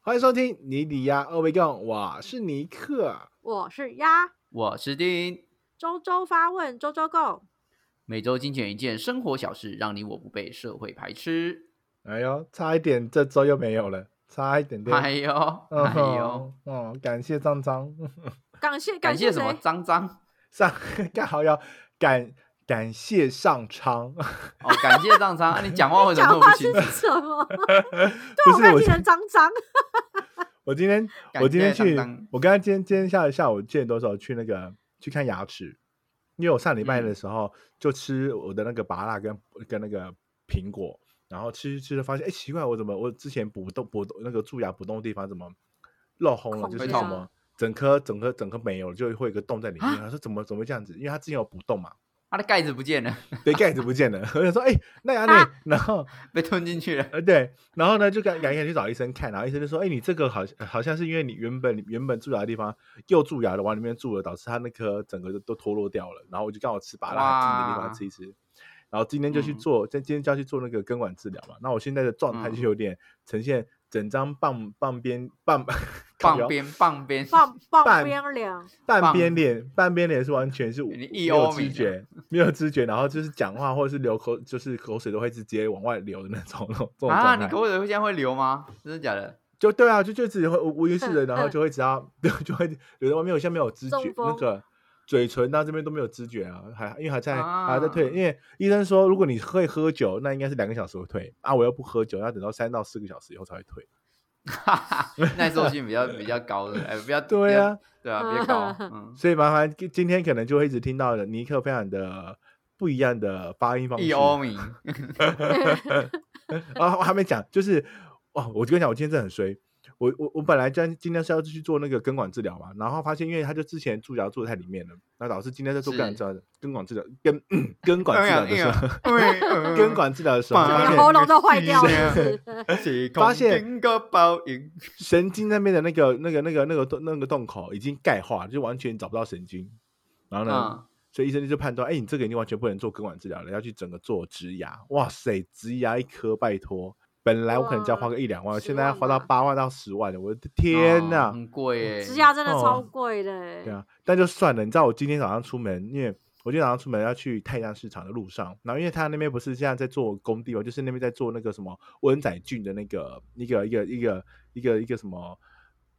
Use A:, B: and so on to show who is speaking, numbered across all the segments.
A: 欢迎收听尼里亚二维共，我是尼克。
B: 我是鸭，
C: 我是丁，
B: 周周发问，周周 go。
C: 每周精选一件生活小事，让你我不被社会排斥。
A: 哎呦，差一点这周又没有了，差一点点。
C: 哎呦，
A: 嗯
C: 哎呦，
A: 哼，哦，感谢张张，
B: 感谢
C: 感
B: 谢
C: 谢什么
B: 谁？
C: 脏脏？
A: 上刚好要感感谢上 苍，
C: 哦，感谢脏脏。啊你讲话为什么
B: 讲
C: 那么
B: 话
C: 不
B: 是
C: 清楚？
B: 什么？
A: 不
B: 我
A: 是
B: 看
A: 我
B: 听成脏脏。
A: 我今天
C: 感
A: 我今天
C: 谢
A: 去
C: 当当，
A: 我刚刚今天今天下下午七点多的时候去那个去看牙齿，因为我上礼拜
C: 嗯
A: 的时候就吃我的那个芭辣跟跟那个苹果，然后吃吃着发现，哎，奇怪，我怎么我之前补洞补那个蛀牙补洞的地方怎么漏红了，
B: 孔
A: 就是
C: 会
A: 什
C: 痛
A: 么整颗整颗整颗没有了，就会有一个洞在里面。
C: 啊
A: 他说怎么怎么会这样子？因为他之前有补洞嘛，
C: 它的盖子不见了，
A: 对，盖子不见了。 我想说，哎，那牙呢
B: 啊？
A: 然后
C: 被吞进去了。
A: 呃，对，然后呢，就赶赶紧去找医生看，然后医生就说：“哎、你这个好像好像是因为你原本原本蛀牙的地方又蛀牙了，往里面蛀了，导致它那颗整个都都脱落掉了。”然后我就刚好吃拔拉近的地
C: 哇
A: 方吃一吃，然后今天就去
C: 嗯
A: 做，今、今天就要去做那个根管治疗嘛。那我现在的状态就
C: 嗯
A: 有点呈现整张半半边半 靠腰
C: 棒边棒 边，
B: 放放
A: 半
B: 边凉，
A: 半
C: 棒
A: 边脸，半边脸是完全是
C: 你
A: 没
C: 一
A: 有
C: 欧米
A: 知
C: 啊的
A: 觉，没有知觉，然后就是讲话或者是流口，就是口水都会直接往外流的那种那种这种状态。
C: 啊！你口水会这样会流吗？真的假的？
A: 就对啊，就就只会无无意识的，
B: 嗯
A: 然后
B: 嗯
A: 就会只要 就会有的外面有像没有知
B: 中
A: 觉，那
B: 风
A: 个嘴唇到这边都没有知觉啊，还因为还在、还在
C: 啊
A: 退，因为医生说如果你会喝酒，那应该是两个小时会退啊，我又不喝酒，要等到三到四个小时以后才会退。
C: 哈哈，耐受 性比较比较高的，哎，比较
A: 对，啊
C: 比，较对啊，比较高。嗯，
A: 所以麻烦今天可能就会一直听到尼克非常的不一样的发音方式。
C: 一欧米，
A: 啊，我还没讲，就是哦，我就跟你讲，我今天真的很衰。我我我本来今今天是要去做那个根管治疗嘛，然后发现因为他就之前蛀牙做在里面了，那导致今天在做根管
C: 是
A: 治疗的根管治疗根根管治
C: 哎
A: 疗的时候， 根
C: 根
A: 管治疗的时候
C: 棒
A: 发
B: 你的
C: 棒
A: 现
B: 喉咙都坏掉了。是不是
A: 发现
C: 个报应，
A: 神经那边的那个那个那个那个洞那个洞口已经钙化，就完全找不到神经。然后呢，
C: 嗯，
A: 所以医生就判断，哎，你这个已经完全不能做根管治疗了，要去整个做植牙。哇塞，植牙一颗，拜托，本来我可能只要花个一两万，
B: 哇
A: 现在要
B: 10万
A: 花到
B: 吧
A: 八万到十万的，我的天呐！
C: 哦很贵耶，
B: 指甲真的超
A: 哦
B: 贵的欸。
A: 对啊，但就算了。你知道我今天早上出门，因为我今天早上出门要去太阳市场的路上，然后因为他那边不是现在在做工地嘛，哦就是那边在做那个什么温仔郡的那个一个一个一个一个一个什么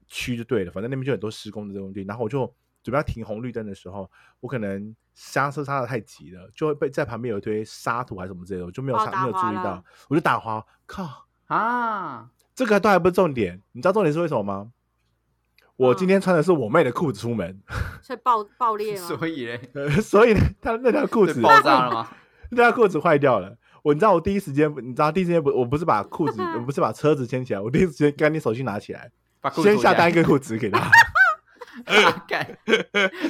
A: 区就对了，反正那边就很多施工的工地。然后我就准备要停红绿灯的时候，我可能刹车刹的太急了，就会被在旁边有一堆沙土还是什么之类的，我就没有
B: 哦
A: 刹、
B: 打
A: 没有注
B: 滑
A: 意到
B: 了，
A: 我就打滑，靠！
C: 啊，
A: 这个都还不是重点，你知道重点是为什么吗？我今
B: 嗯
A: 天穿的是我妹的裤子出门，
B: 所以爆爆 裂吗？
C: 所以嘞，
A: 呃， 所以呢，他那条裤
C: 所
A: 子
C: 以爆炸了吗？
A: 那条裤子坏掉了。我你知道我第一时间，你知道第一时间不，我不是把裤子，我不是把车子牵起来，我第一时间赶紧手机拿起来，
C: 把裤子
A: 先
C: 脱
A: 下
C: 下
A: 单
C: 来
A: 一，个裤子给他。
C: 干，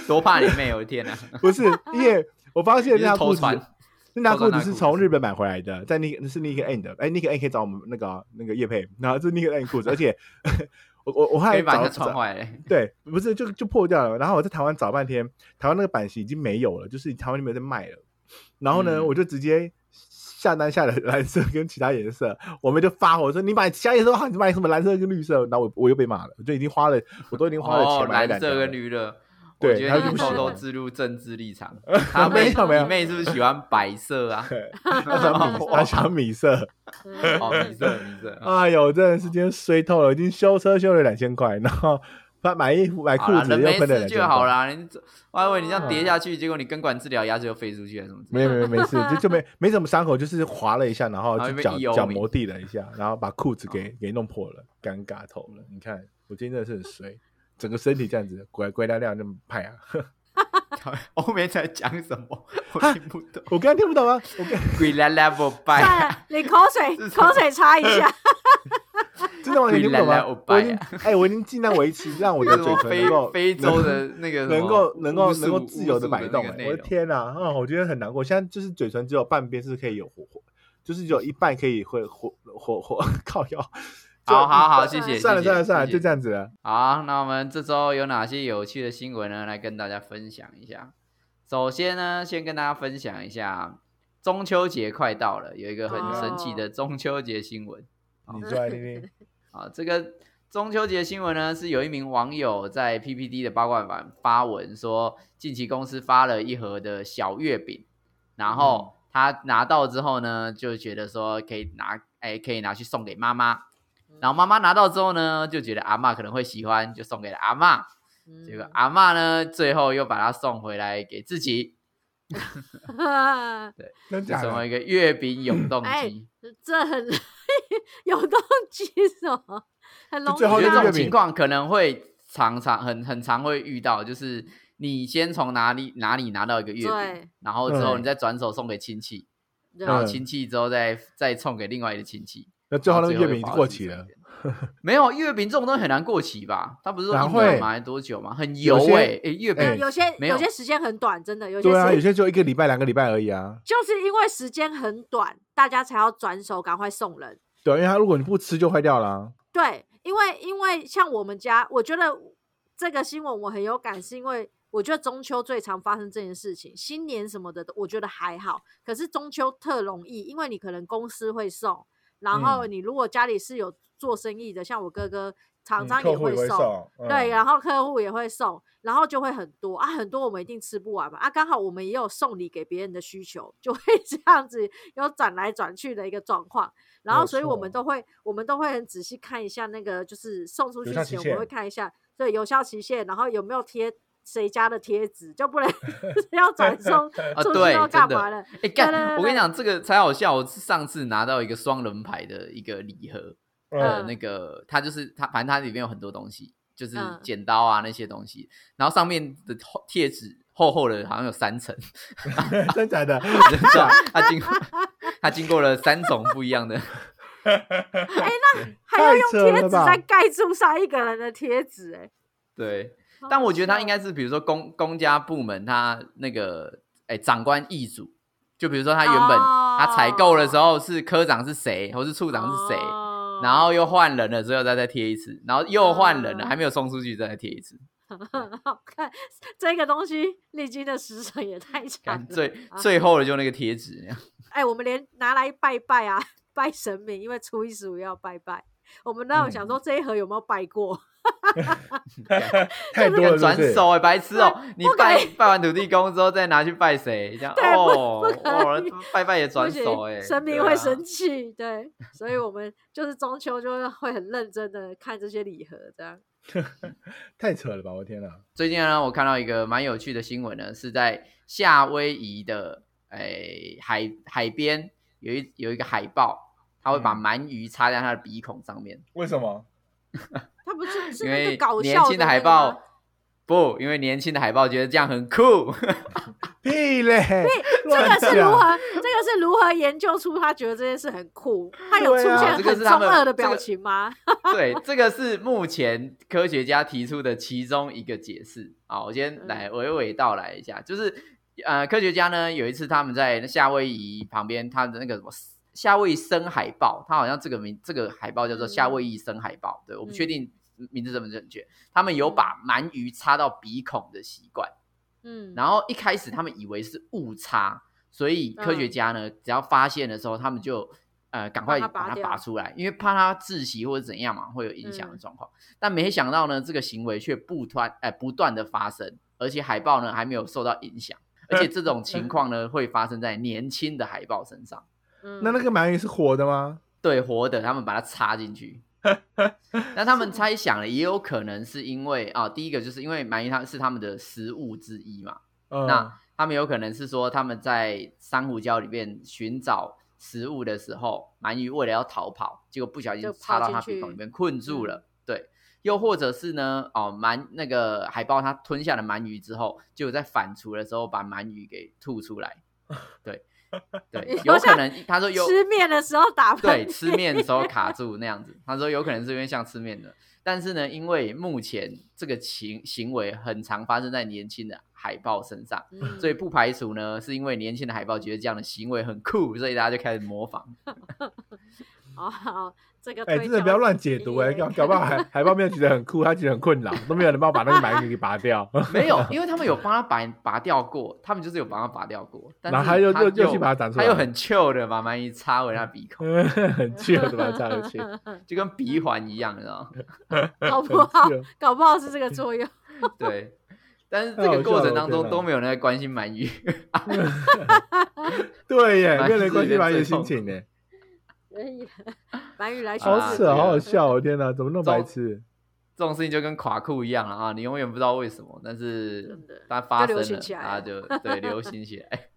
C: 多怕你妹！我 的天哪，
A: 不是，因为我发现
C: 你
A: 那条
C: 是
A: 裤
C: 偷
A: 子，
C: 传，
A: 那条
C: 偷
A: 裤
C: 穿
A: 子
C: 那
A: 是
C: 裤
A: 从
C: 子
A: 日本买回来的，在那个是那个 N 的，哎，那个 N 可以找我们那个啊那个叶佩，然后是那个 N 裤子，而且 我我我还
C: 可以把人
A: 找
C: 家穿
A: 找
C: 坏嘞。
A: 对，不是就就破掉了。然后我在台湾找半天，台湾那个版型已经没有了，就是台湾那边在卖了。然后呢，
C: 嗯
A: 我就直接下单下了 蓝色跟其他颜色，我们就发火说你买其他颜色的话，你买什么蓝色跟绿色？然后我我又被骂了，我就已经花了，我都已经花了
C: 哦，
A: 钱买了
C: 蓝
A: 两
C: 色
A: 条了
C: 跟绿色，我
A: 对
C: 觉
A: 然
C: 得
B: 后就不
C: 你偷
B: 喜
C: 偷
B: 欢
C: 植入政治 立场。他
A: 没
C: 妹，
A: 有没有
C: 你妹是不是喜欢白色 啊？
A: 他想米，他想米色。
B: 嗯
C: 哦，米色米色。
A: 哎呦，真的是今天衰透了，已经修车修了两千块，然后他买衣服买
C: 好
A: 哎裤
C: 啦
A: 子
C: 人
A: 又
C: 没
A: 分了
C: 事
A: 两千
C: 就
A: 块。
C: 好啦。你这我还以为你这样跌下去，结果你根管治疗牙齿又飞出去了，什 么之类的？
A: 没啊有没有没事，就就没没什么伤口，就是划了一下，然后
C: 然后
A: 就
C: 被
A: 脚
C: 一欧
A: 脚
C: 米
A: 磨地了一下，然后把裤子给给弄破了，尴尬透了。你看我今天真的是很 衰，整个身体这样子，乖乖亮亮那么派啊！
C: 欧美在讲什么？我
A: 哈
C: 听不懂。
A: 我刚刚听不懂吗？我刚
C: 鬼啦啦不
B: 算
C: 拜，
B: 了，你口水口水擦一 下。
A: 真的完全听不懂吗
C: 鬼来来欧？
A: 我
C: 拜
A: 已经哎，我已经尽量维持让我的
C: 那什
A: 嘴
C: 么
A: 唇
C: 非
A: 能够
C: 非
A: 能
C: 洲的那个什么
A: 能够能够
C: 巫术
A: 能够自由地
C: 巫术
A: 摆动、
C: 那
A: 哎
C: 个内
A: 我的
C: 容
A: 天哪、啊，我觉得很难过。现在就是嘴唇只有半边是可以有活活，就是只有一半可以会活活活 靠腰。
C: 好好好，谢
B: 算
C: 谢。
A: 算了
C: 谢谢
A: 算了算了，
C: 谢
A: 就
C: 谢
A: 这样子了。
C: 好，那我们这周有哪些有趣的新闻呢？来跟大家分享一下。首先呢，先跟大家分享一下，中秋节快到
A: 哦
C: 了，有一个很神奇的中秋节新闻。
A: 你说来听听。
C: 啊，这个中秋节新闻呢，是有一名网友在 PPT 的八卦版发文说，近期公司发了一盒的小月饼，然
A: 嗯
C: 后他拿到之后呢，就觉得说可以拿，哎，可以拿去送给妈妈。
A: 嗯
C: 然后妈妈拿到之后呢，就觉得阿嬷可能会喜欢，就送给了阿嬷。结
A: 嗯
C: 果阿嬷呢，最后又把它送回来给自己，
B: 嗯
A: 真
C: 就
A: 假
C: 成为
A: 的？
C: 一个月饼永动
B: 哎
C: 机。
B: 这很 有动机什么？很容易
A: 最后
C: 我觉得
A: 那
C: 这
A: 个月
B: 啊。
C: 种
A: 饼
C: 情况可能会常常很很常会遇到，就是你先从哪里哪里拿到一个月饼
B: 对，
C: 然后之后
A: 嗯
C: 你再转手送给亲戚，
B: 对
C: 然后
A: 嗯
C: 亲戚之后再再送给另外一个亲戚，
A: 那最后那个
C: 然后
A: 月饼已
C: 又
A: 经
C: 跑到
A: 过
C: 自
A: 期
C: 己
A: 了
C: 身，边。 没有月饼这种东西很难过期吧？它不是说
A: 哪
C: 一年
A: 会
C: 买多久吗？很油
A: 有些
C: 哎、诶月饼、
A: 哎
B: 有些
C: 没有
B: 有些时间很短，真的有些
A: 对啊，有
B: 时
A: 些就一个礼拜、两个礼拜而已啊。
B: 就是因为时间很短，大家才要转手赶快送人。
A: 对啊，因为它如果你不吃就坏掉了啊。
B: 对，因为因为像我们家，我觉得这个新闻我很有感，是因为我觉得中秋最常发生这件事情，新年什么的我觉得还好，可是中秋特容易，因为你可能公司会送，然后
A: 嗯
B: 你如果家里是有做生意的，像我哥哥，厂
A: 嗯
B: 商
A: 客
B: 也
A: 户
B: 会
A: 也会
B: 送。
A: 送嗯
B: 对，然后客户也会送，然后就会很多啊，很多我们一定吃不完嘛啊，刚好我们也有送礼给别人的需求，就会 这样子有转来转去的一个状况，然后
A: 没
B: 所以我们
A: 错
B: 都会我们都会很仔细看一下那个就是送出
A: 有
B: 去
A: 效期
B: 前我们会
A: 限
B: 看一下对有效期限，然后有没有贴谁家的贴纸，就不 能要转送
C: 啊，
B: 出去
C: 对
B: 要，
C: 真
B: 干嘛
C: 的
B: 了，。
C: 哎、干
B: 对对对
C: 我跟你讲，这个才好笑。我上次拿到一个双人牌的一个礼盒，
A: 嗯，
C: 呃，那个它就是它，反正它里面有很多东西，就是
B: 嗯
C: 剪刀啊那些东西，然后上面的厚贴纸厚厚的，好像有三层，
A: 真假的？
C: 是吧？它经过 它经过了三种不一样的，
B: 还要
A: 太
B: 用
A: 扯
B: 贴
A: 了
B: 纸
A: 吧
B: 再盖住上一个人的贴纸、哎，
C: 对。
B: 好
C: 但
B: 好
C: 我觉得它
B: 笑
C: 应该是，比如说公公家部门，它那个哎长官易主，就比如说他原本
B: 哦
C: 他采购的时候是科长是谁，或是处长是谁，
B: 哦
C: 然后又换人了之后再再贴一次，然后又换人了，
B: 哦
C: 还没有送出去再再贴一次。
B: 很好看。这个东西历经的时辰也太长
C: 看
B: 了。
C: 嗯最
B: 啊
C: 最后的就那个贴纸那样。
B: 哎，我们连拿来拜拜啊，拜神明，因为初一十五要拜拜。我们那有
C: 嗯
B: 想说这一盒有没有拜过？
A: 太多了，
C: 敢
A: 是
C: 转
A: 不是？
C: 手哎、白痴哦、你
B: 不可
C: 拜
B: 以
C: 拜完土地公之后再拿去拜谁？这样
B: 对不
C: 哦
B: 不可
C: 哦
B: 以，
C: 拜拜也
B: 不
C: 转
B: 行
C: 手哎、
B: 神明
C: 对
B: 会
C: 啊
B: 生气。对，所以我们就是中秋就是会很认真的看这些礼盒，这样。
A: 太扯了吧！我天哪，
C: 最近啊呢，我看到一个蛮有趣的新闻呢，是在夏威夷的诶、海海边有一有一个海豹，它会把
A: 嗯
C: 鳗鱼插在它的鼻孔上面，
A: 为什么？
B: 他不是是
C: 因
B: 那
C: 为
B: 个搞
C: 年
B: 笑
C: 轻的
B: 那
C: 海
B: 个啊吗
C: 豹。不，因为年轻的海豹觉得这样很酷，
A: 屁嘞！
B: 这个
A: 乱
B: 是如
A: 讲
B: 何？这个是如何研究出他觉得这件事很酷？他有
A: 对
B: 出
A: 啊
B: 现
C: 这个
B: 很
C: 是
B: 中
C: 他们
B: 二的
C: 这
B: 表
C: 个
B: 情吗？
C: 对，这个是目前科学家提出的其中一个解释。好，我
B: 嗯
C: 先来娓娓道来一下，就是呃，科学家呢有一次他们在夏威夷旁边，他的那个什么夏威夷深海豹，它好像这个名这个海豹叫做
B: 嗯
C: 夏威夷深海豹，对，我不确
B: 嗯
C: 定名字正不正确。他们有把鳗鱼插到鼻孔的习惯，
B: 嗯，
C: 然后一开始他们以为是误差，所以科学家呢，只要发现的时候，他们就呃赶快
B: 嗯把它拔
C: 把它
B: 掉
C: 拔出来，因为怕它窒息或者怎样嘛，会有影响的
B: 嗯
C: 状况。但没想到呢，这个行为却不断呃不断的发生，而且海豹呢还没有受到 影响，而且这种情况呢会发生在年轻的海豹身上，
A: 那那
B: 嗯
A: 个鳗鱼是活的吗？
C: 对活的，他们把它插进去。 那他们猜想了，也有可能是因为啊，第一个就是因为鳗鱼它是他们的食物之一嘛，
A: 嗯
C: 那他们有可能是说他们在珊瑚礁里面寻找食物的时候，鳗鱼为了要逃跑，结果不小心
B: 就跑
C: 插到
B: 进
C: 它鼻
B: 去嗯
C: 孔里面困住了。对，又或者是呢，哦，鳗那个海豹它吞下了鳗鱼之后，就在反刍的时候把鳗鱼给吐 出来。对，对
B: 你，
C: 有
B: 好
C: 可
B: 像
C: 能他说有
B: 吃面的时候打
C: 对，
B: 喷
C: 吃面的时候卡住那样子。他说有可能是因为像吃面的，但是呢，因为目前这个行行为很常发生在年轻的海豹身上，
B: 嚏，
C: 所以不排除呢是因为年轻的海豹觉得这样的行为很酷，所以大家就开始模仿。
B: 哦，好，这个
A: 哎、
B: 推
A: 真的
B: 敲
A: 不要乱解读哎、
B: 耶
A: 搞搞不好海海报没有觉得很酷，他觉得很困扰，都没有人帮我把那个满月给拔掉，
C: 没有，因为他们有帮他拔拔掉过，他们就是有帮他拔掉过，但
A: 然
C: 是
A: 后他又
C: 他
A: 又又去把它长出来
C: 他又很 chill 的把蛮夷插回他鼻孔，
A: 嗯很气的把它插回去，
C: 就跟鼻环一样，你知道吗？
B: 搞不
A: 很
B: 好
A: 气哦，
B: 搞不好是这个作用。
C: 对。但是这
A: 太好
C: 个过
A: 笑
C: 程
A: 了
C: 当
A: 天
C: 中
A: 哪
C: 都没有人在关心鳗鱼，
A: 对耶，
C: 蛮
A: 没有人
C: 是
A: 关
C: 有
A: 心
C: 点
A: 满月
C: 最
A: 心
C: 痛
A: 情呢，
B: 所以，蓝宇来学
A: 好
C: 啊
B: 自
A: 扯，
C: 对
A: 好
C: 啊
A: 好笑哦，天哪，怎么那么白痴？
C: 这种事情就跟垮裤一样了啊！你永远不知道为什么，但是
B: 真的
C: 它发
B: 就流
C: 生了，
B: 行起来
C: 它
B: 了
C: 就对流行起来。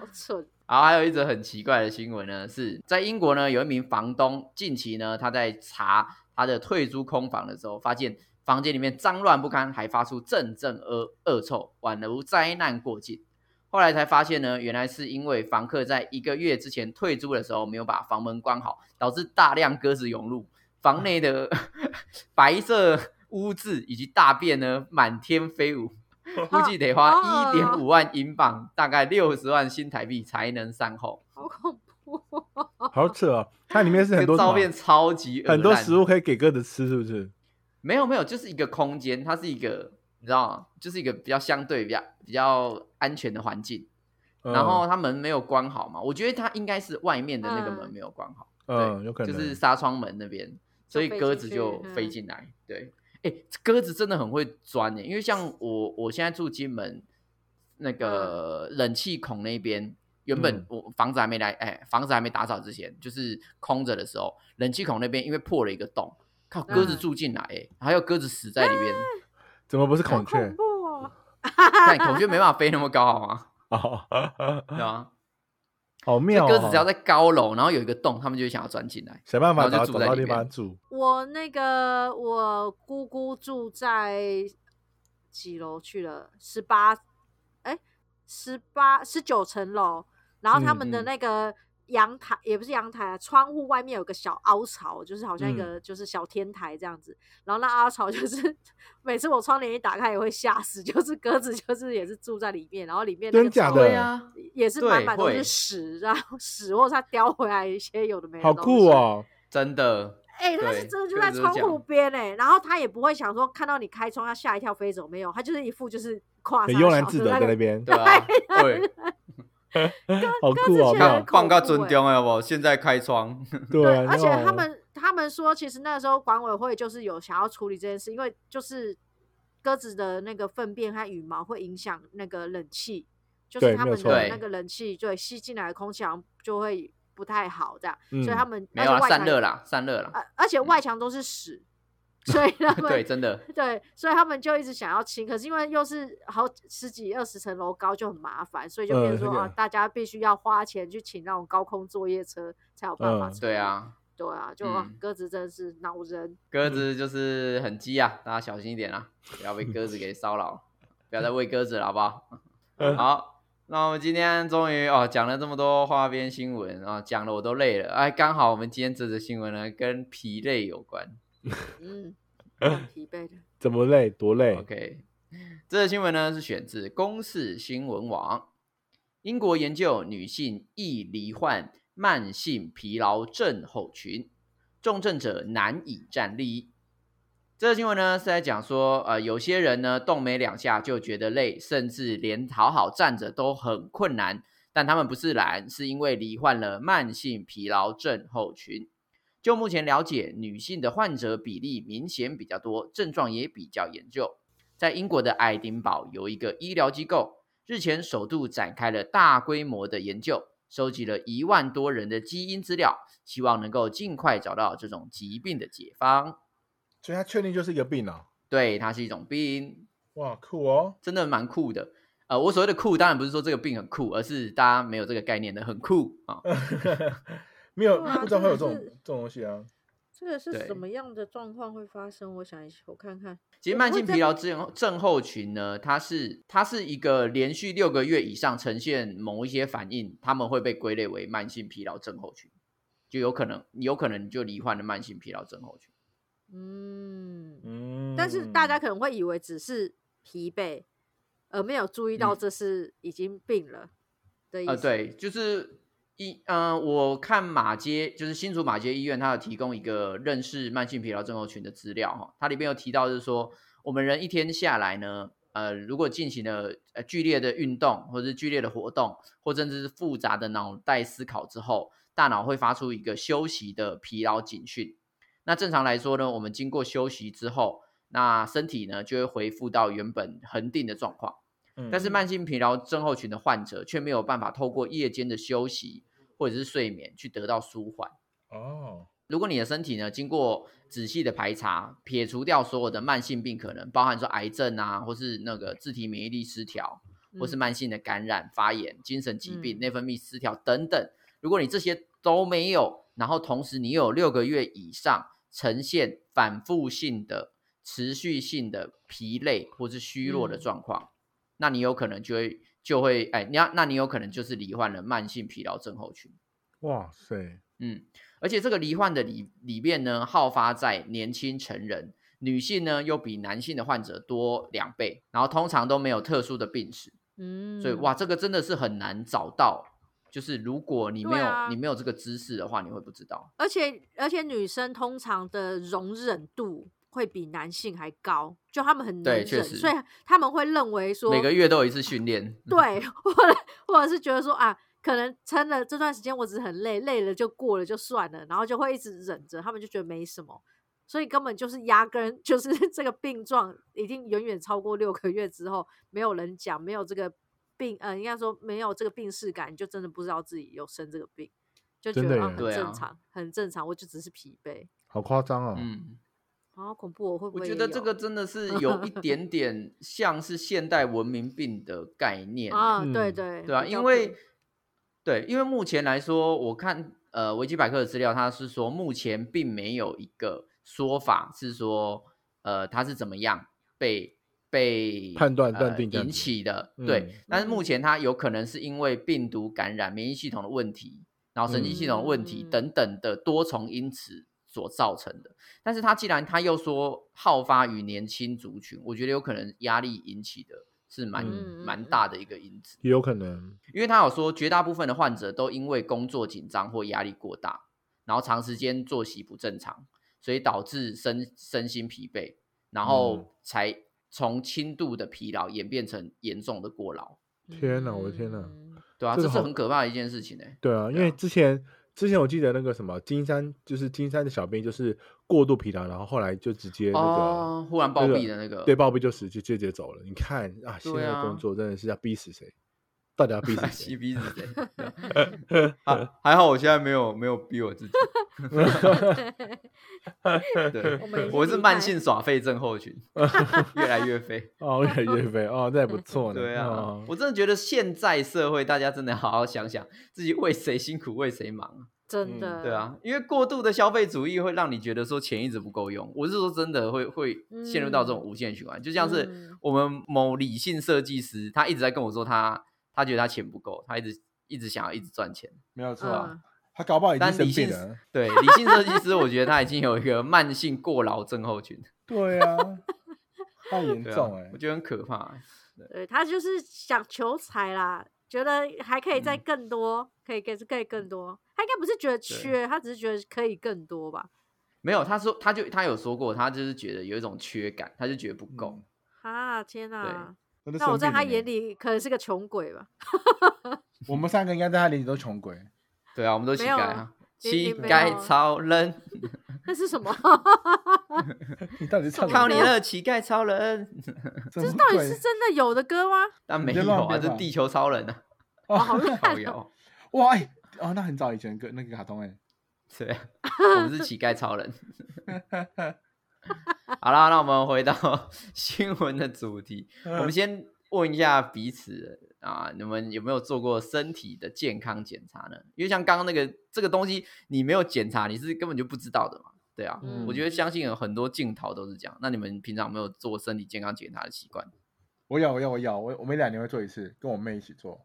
B: 好蠢，
C: 然后还有一则很奇怪的新闻呢，是在英国呢，有一名房东近期呢，他在查他的退租空房的时候，发现房间里面脏乱不堪，还发出阵阵恶恶臭，宛如灾难过境。后来才发现呢，原来是因为房客在一个月之前退租的时候没有把房门关好，导致大量鸽子涌入，房内的 白色污渍以及大便呢满天飞舞，估计得花一点五万英镑，大概六十万新台币才能善后。
B: 好恐怖哦！
A: 好扯哦，它里面是
C: 这
A: 很多
C: 个
A: 什
C: 照
A: 么
C: 片超级恶
A: 很多
C: 烂
A: 食物，可以给鸽子吃，是不是？
C: 没有没有，就是一个空间，它是一个你知道吗？就是一个比较相对比较比较安全的环境。
A: 嗯
C: 然后它门没有关好嘛，我觉得它应该是外面的那个门
B: 嗯
C: 没有关好，
A: 嗯，有可能
C: 就是纱窗门那边，所以
B: 飞
C: 鸽
B: 进
C: 子
B: 去
C: 就
B: 嗯
C: 飞进来。对，哎，鸽子真的很会钻欸诶、因为像我我现在住金门那个
B: 嗯
C: 冷气孔那边。原本
A: 嗯
C: 我房子还没来，哎、房子还没打扫之前，就是空着的时候，冷气孔那边因为破了一个洞，靠，鸽子
B: 嗯
C: 住进来、哎还有鸽子死在里面，
A: 怎么不是
B: 好
A: 孔雀
B: 恐？怖哦！
C: 但孔雀没办法飞那么高，好吗？
A: 哦，
C: 对吧？
A: 好
C: 这
A: 妙哦！
C: 鸽子只要在高楼，然后有一个洞，他们就会想要钻进来。
A: 想办法
C: 然
A: 找
C: 后就
A: 找
C: 住在
A: 到
C: 里
A: 地
C: 面
A: 方住，
B: 我那个我姑姑住在几楼去了？十八，哎，十八十九层楼。然后他们的
C: 嗯嗯
B: 那个阳台、也不是阳台啊，窗户外面有个小凹槽，就是好像
A: 嗯
B: 一个就是小天台这样子。然后那凹槽就是 每次我窗帘一打开也会吓死，就是鸽子就是也是住在里面，然后里面那
A: 真
B: 个
A: 假
B: 窗
A: 的
C: 对啊，
B: 也是满
C: 对
B: 满都
C: 会
B: 是屎，然后屎或者它叼回来一些有的没的。
A: 好酷！哦！
C: 真的，
B: 哎、它
C: 对
B: 是真的就
C: 这
B: 在
C: 个就是
B: 窗
C: 这样
B: 户边哎、然后它也不会想说看到你开窗要吓一跳飞走，没有，它就是一副就是跨
A: 很
B: 山
A: 悠然
B: 小
A: 自
B: 的
A: 得在
B: 个
A: 那边，
C: 对
B: 哎
C: 啊，对，
A: 好酷
B: 鸽
A: 哦！
B: 子
A: 妙
B: 觉得
C: 看
B: 很
C: 放
B: 恐
C: 告
B: 怖
C: 尊
B: 欸
C: 重了不？现在开窗，
A: 对啊，
B: 而且
A: 妙
B: 他
A: 哦
B: 们他们说，其实那时候管委会就是有想要处理这件事，因为就是鸽子的那个粪便和羽毛会影响那个冷气，就
A: 对
B: 是他
A: 没有
B: 们
A: 错
B: 的那个冷气对吸进来的空气好像就会不太好这样，所以他
A: 嗯
B: 们
C: 没有
B: 而
C: 啦，
B: 且外
C: 散
B: 墙
C: 热啦，散热啦，
B: 呃，而且外墙都是屎，所以他们
C: 对，真的，
B: 对，所以他们就一直想要清，可是因为又是好十几二十层楼高，就很麻烦，所以就变
A: 嗯
B: 成说、
A: 那个
B: 啊，大家必须要花钱去请那种高空作业车才有办法、
A: 嗯
C: 对， 啊，
B: 对啊，就、啊
C: 嗯
B: 鸽子真的是恼 人，
C: 鸽子就是很鸡啊，大家小心一点啊，不要被鸽子给骚扰，不要再喂鸽子了，好不好？
A: 嗯
C: 好，那我们今天终于哦讲了这么多花边新闻啊、讲的我都累了，哎，刚好我们今天这则新闻呢跟疲累有关。
B: 嗯，很疲惫的。
A: 怎么累多累？
C: OK，这则新闻呢是选自公视新闻网。英国研究女性易罹患慢性疲劳症候群，重症者难以站立。这则新闻呢是在讲说，呃，有些人呢动没两下就觉得累，甚至连好好站着都很困难。但他们不是懒，是因为罹患了慢性疲劳症候群。就目前了解，女性的患者比例明显比较多，症状也比较严重。在英国的爱丁堡有一个医疗机构，日前首度展开了大规模的研究，收集了一万多人的基因资料，希望能够尽快找到这种疾病的解方。
A: 所以他确定就是一个病哦。
C: 对，它是一种病，
A: 哇，酷 哦！
C: 真的蛮酷的。呃，我所谓的酷，当然不是说这个病很酷，而是大家没有这个概念的很酷啊。
A: 没有
B: 对啊
A: 不知道会有这
B: 真
A: 种这
B: 的是
A: 种东西啊。
B: 这个是
C: 对
B: 什么样的状况会发生？我想一下，我看看。
C: 其实
B: 我
C: 慢
B: 会
C: 性
B: 在
C: 疲劳症症候群呢，它是它是一个连续六个月以上呈现某一些反应，他们会被归类为慢性疲劳症候群，就有可能有可能你就罹患了慢性疲劳症候群。
B: 嗯，
A: 嗯，
B: 但是大家可能会以为只是疲惫，而没有注意到
C: 嗯啊
B: 这是已经病了的意思。
C: 呃，对，就是医，嗯、我看马街就是新竹马街医院，它有提供一个认识慢性疲劳症候群的资料哈，它里面有提到就是说，我们人一天下来呢，呃，如果进行了呃剧烈的运动或者是剧烈的活动，或甚至是复杂的脑袋思考之后，大脑会发出一个休息的疲劳警讯。那正常来说呢，我们经过休息之后，那身体呢就会恢复到原本恒定的状况。
A: 嗯
C: 但是慢性疲劳症候群的患者却没有办法透过夜间的休息或者是睡眠去得到舒缓。
A: 哦，
C: 如果你的身体呢经过仔细的排查，撇除掉所有的慢性病可能，包含说癌症啊，或是那个自体免疫力失调，或是
B: 嗯
C: 慢性的感染、发炎、精神疾病、
B: 嗯
C: 内分泌失调等等，如果你这些都没有，然后同时你有六个月以上呈现反复性的、持续性的疲累或是虚弱的
B: 嗯
C: 状况，那你有可能就会就会哎，你要那你有可能就是罹患了慢性疲劳症候群。
A: 哇塞，
C: 嗯，而且这个罹患的里里面呢，好发在年轻成人，女性呢又比男性的患者多两倍，然后通常都没有特殊的病史，
B: 嗯，
C: 所以哇，这个真的是很难找到。就是如果你没
B: 对
C: 有、
B: 啊
C: 你没有这个知识的话，你会不知道。
B: 而且而且女生通常的容忍度会比男性还高，就他们很能
C: 对确
B: 忍，
C: 实
B: 所以他们会认为说
C: 每个月都有一次训练，
A: 嗯
B: 对，或者或者是觉得说啊，可能撑了这段时间我只是很累，累了就过了就算了，然后就会一直忍着，他们就觉得没什么，所以根本就是压根 就是这个病状已经远远超过六个月之后，没有人讲，没有这个病，呃，应该说没有这个病视感，你就真的不知道自己有生这个病，就觉
A: 真
B: 得
A: 的
B: 啊
A: 耶
B: 很
C: 对啊
B: 正常，很正常，我就只是疲惫，
A: 好夸张哦！
C: 嗯，
B: 好恐怖、哦，会不
C: 我
B: 会
C: 觉
B: 也
C: 得这
B: 有
C: 个真的是 有一点点像是现代文明病的概念欸
B: 啊，对
A: 嗯
B: 对
C: 对啊，
B: 比较
C: 因为
B: 偏
C: 对，因为目前来说，我看呃维基百科的资料，它是说目前并没有一个说法是说呃它是怎么样被被
A: 判断断
C: 呃
A: 定这样
C: 引
A: 子
C: 起的，
A: 嗯
C: 对。但是目
B: 嗯
C: 前它有可能是因为病毒感染、免疫系统的问题，然后神经系统的问题
B: 嗯
C: 等等的多重因子所造成的。但是它既然它又说好发于年轻族群，我觉得有可能压力引起的是蛮、
B: 嗯
C: 蛮
B: 嗯嗯
C: 大的一个因子。
A: 也有可能，
C: 因为他有说，绝大部分的患者都因为工作紧张或压力过大，然后长时间作息不正常，所以导致身身心疲惫，
A: 嗯
C: 然后才从轻度的疲劳演变成严重的过劳，
A: 天哪我的天哪
B: 嗯
C: 对啊，
A: 这
C: 这
A: 个
C: 是
A: 好
C: 很可怕的一件事情呢、
A: 对啊，因
C: 对啊
A: 为之前之前我记得那个什么金山，就是金山的小兵，就是过度疲劳，然后后来就直接那个、
C: 哦，忽然暴毙的那个，
A: 对，暴毙就死，就直接走了。你看啊，现在
C: 对
A: 的
C: 啊
A: 工作真的是要逼死谁？到底要 逼死
C: 哎吸
A: 谁？
C: 鼻子谁？还还好，我现在没有没有逼我自己，对
B: 我们已
C: 我
B: 经
C: 是
B: 离
C: 慢
B: 开
C: 性耍废症候群， 越来越废。
A: 哦，岳岳飞哦，这还不 错呢。
C: 对啊
A: 哦，
C: 我真的觉得现在社会大家真的好好想想自己为谁辛苦为谁忙
B: 真
A: 嗯
B: 的、
C: 啊。对，啊，因为过度的消费主义会让你觉得说钱一直不够用，我是说真的会会陷入到这种无限循环，就像是
B: 嗯
C: 我们某理性设计师，他一直在跟我说他他觉得他钱不够，他一直一直想要一直赚钱。
A: 没有错
B: 嗯
A: 啊，他搞不好已经
C: 但
A: 生
C: 理性
A: 病了。
C: 对理性设计师，我觉得他已经有一个慢性过劳症候群，
A: 对 啊，太严
C: 对啊
A: 重哎、
C: 我觉得很可怕欸、
B: 对他就是想求财啦，觉得还可以再
C: 嗯
B: 更多，可以给可以
A: 嗯
B: 更多。他应该不是觉得缺，他只是觉得可以更多吧？
C: 没有，他说他就他有说过，他就是觉得有一种缺感，他就觉得不够。
A: 嗯
B: 啊，天哪、
A: 真的
B: 那
A: 生
B: 我在
A: 病
B: 他
A: 了
B: 眼
A: 呢，
B: 里可能是个穷鬼 吧？
A: 我们三个应该在他眼里都穷鬼。
C: 对啊，我们都乞
B: 没有
C: 丐啊，
B: 你
C: 乞
B: 你没
C: 丐
B: 有
C: 超人，
B: 那是什 么？
A: 你到底
B: 什
A: 唱
B: 么对
C: 靠你了，乞丐超人。
A: 这
B: 到底是真的有的歌吗？
C: 但没
A: 你在
C: 有
A: 乱
C: 啊，
A: 编
C: 这
A: 吧
C: 地球超人啊，
A: 哦，
C: 靠摇。
A: 哇、哎哦，那很早以前的歌那个卡通哎、
C: 对 啊，我们是乞丐超人。好啦，那我们回到 新闻的主题，
B: 嗯
C: 我们先问一下彼此啊，你们有没有做过身体的健康检查呢？因为像刚刚那个这个东西，你没有检查，你是根本就不知道的嘛。对啊，
B: 嗯
C: 我觉得相信有很多镜头都是这样。那你们平常有没有做身体健康检查的习惯？
A: 我有我有我有，我我每两年会做一次，跟我妹一起做。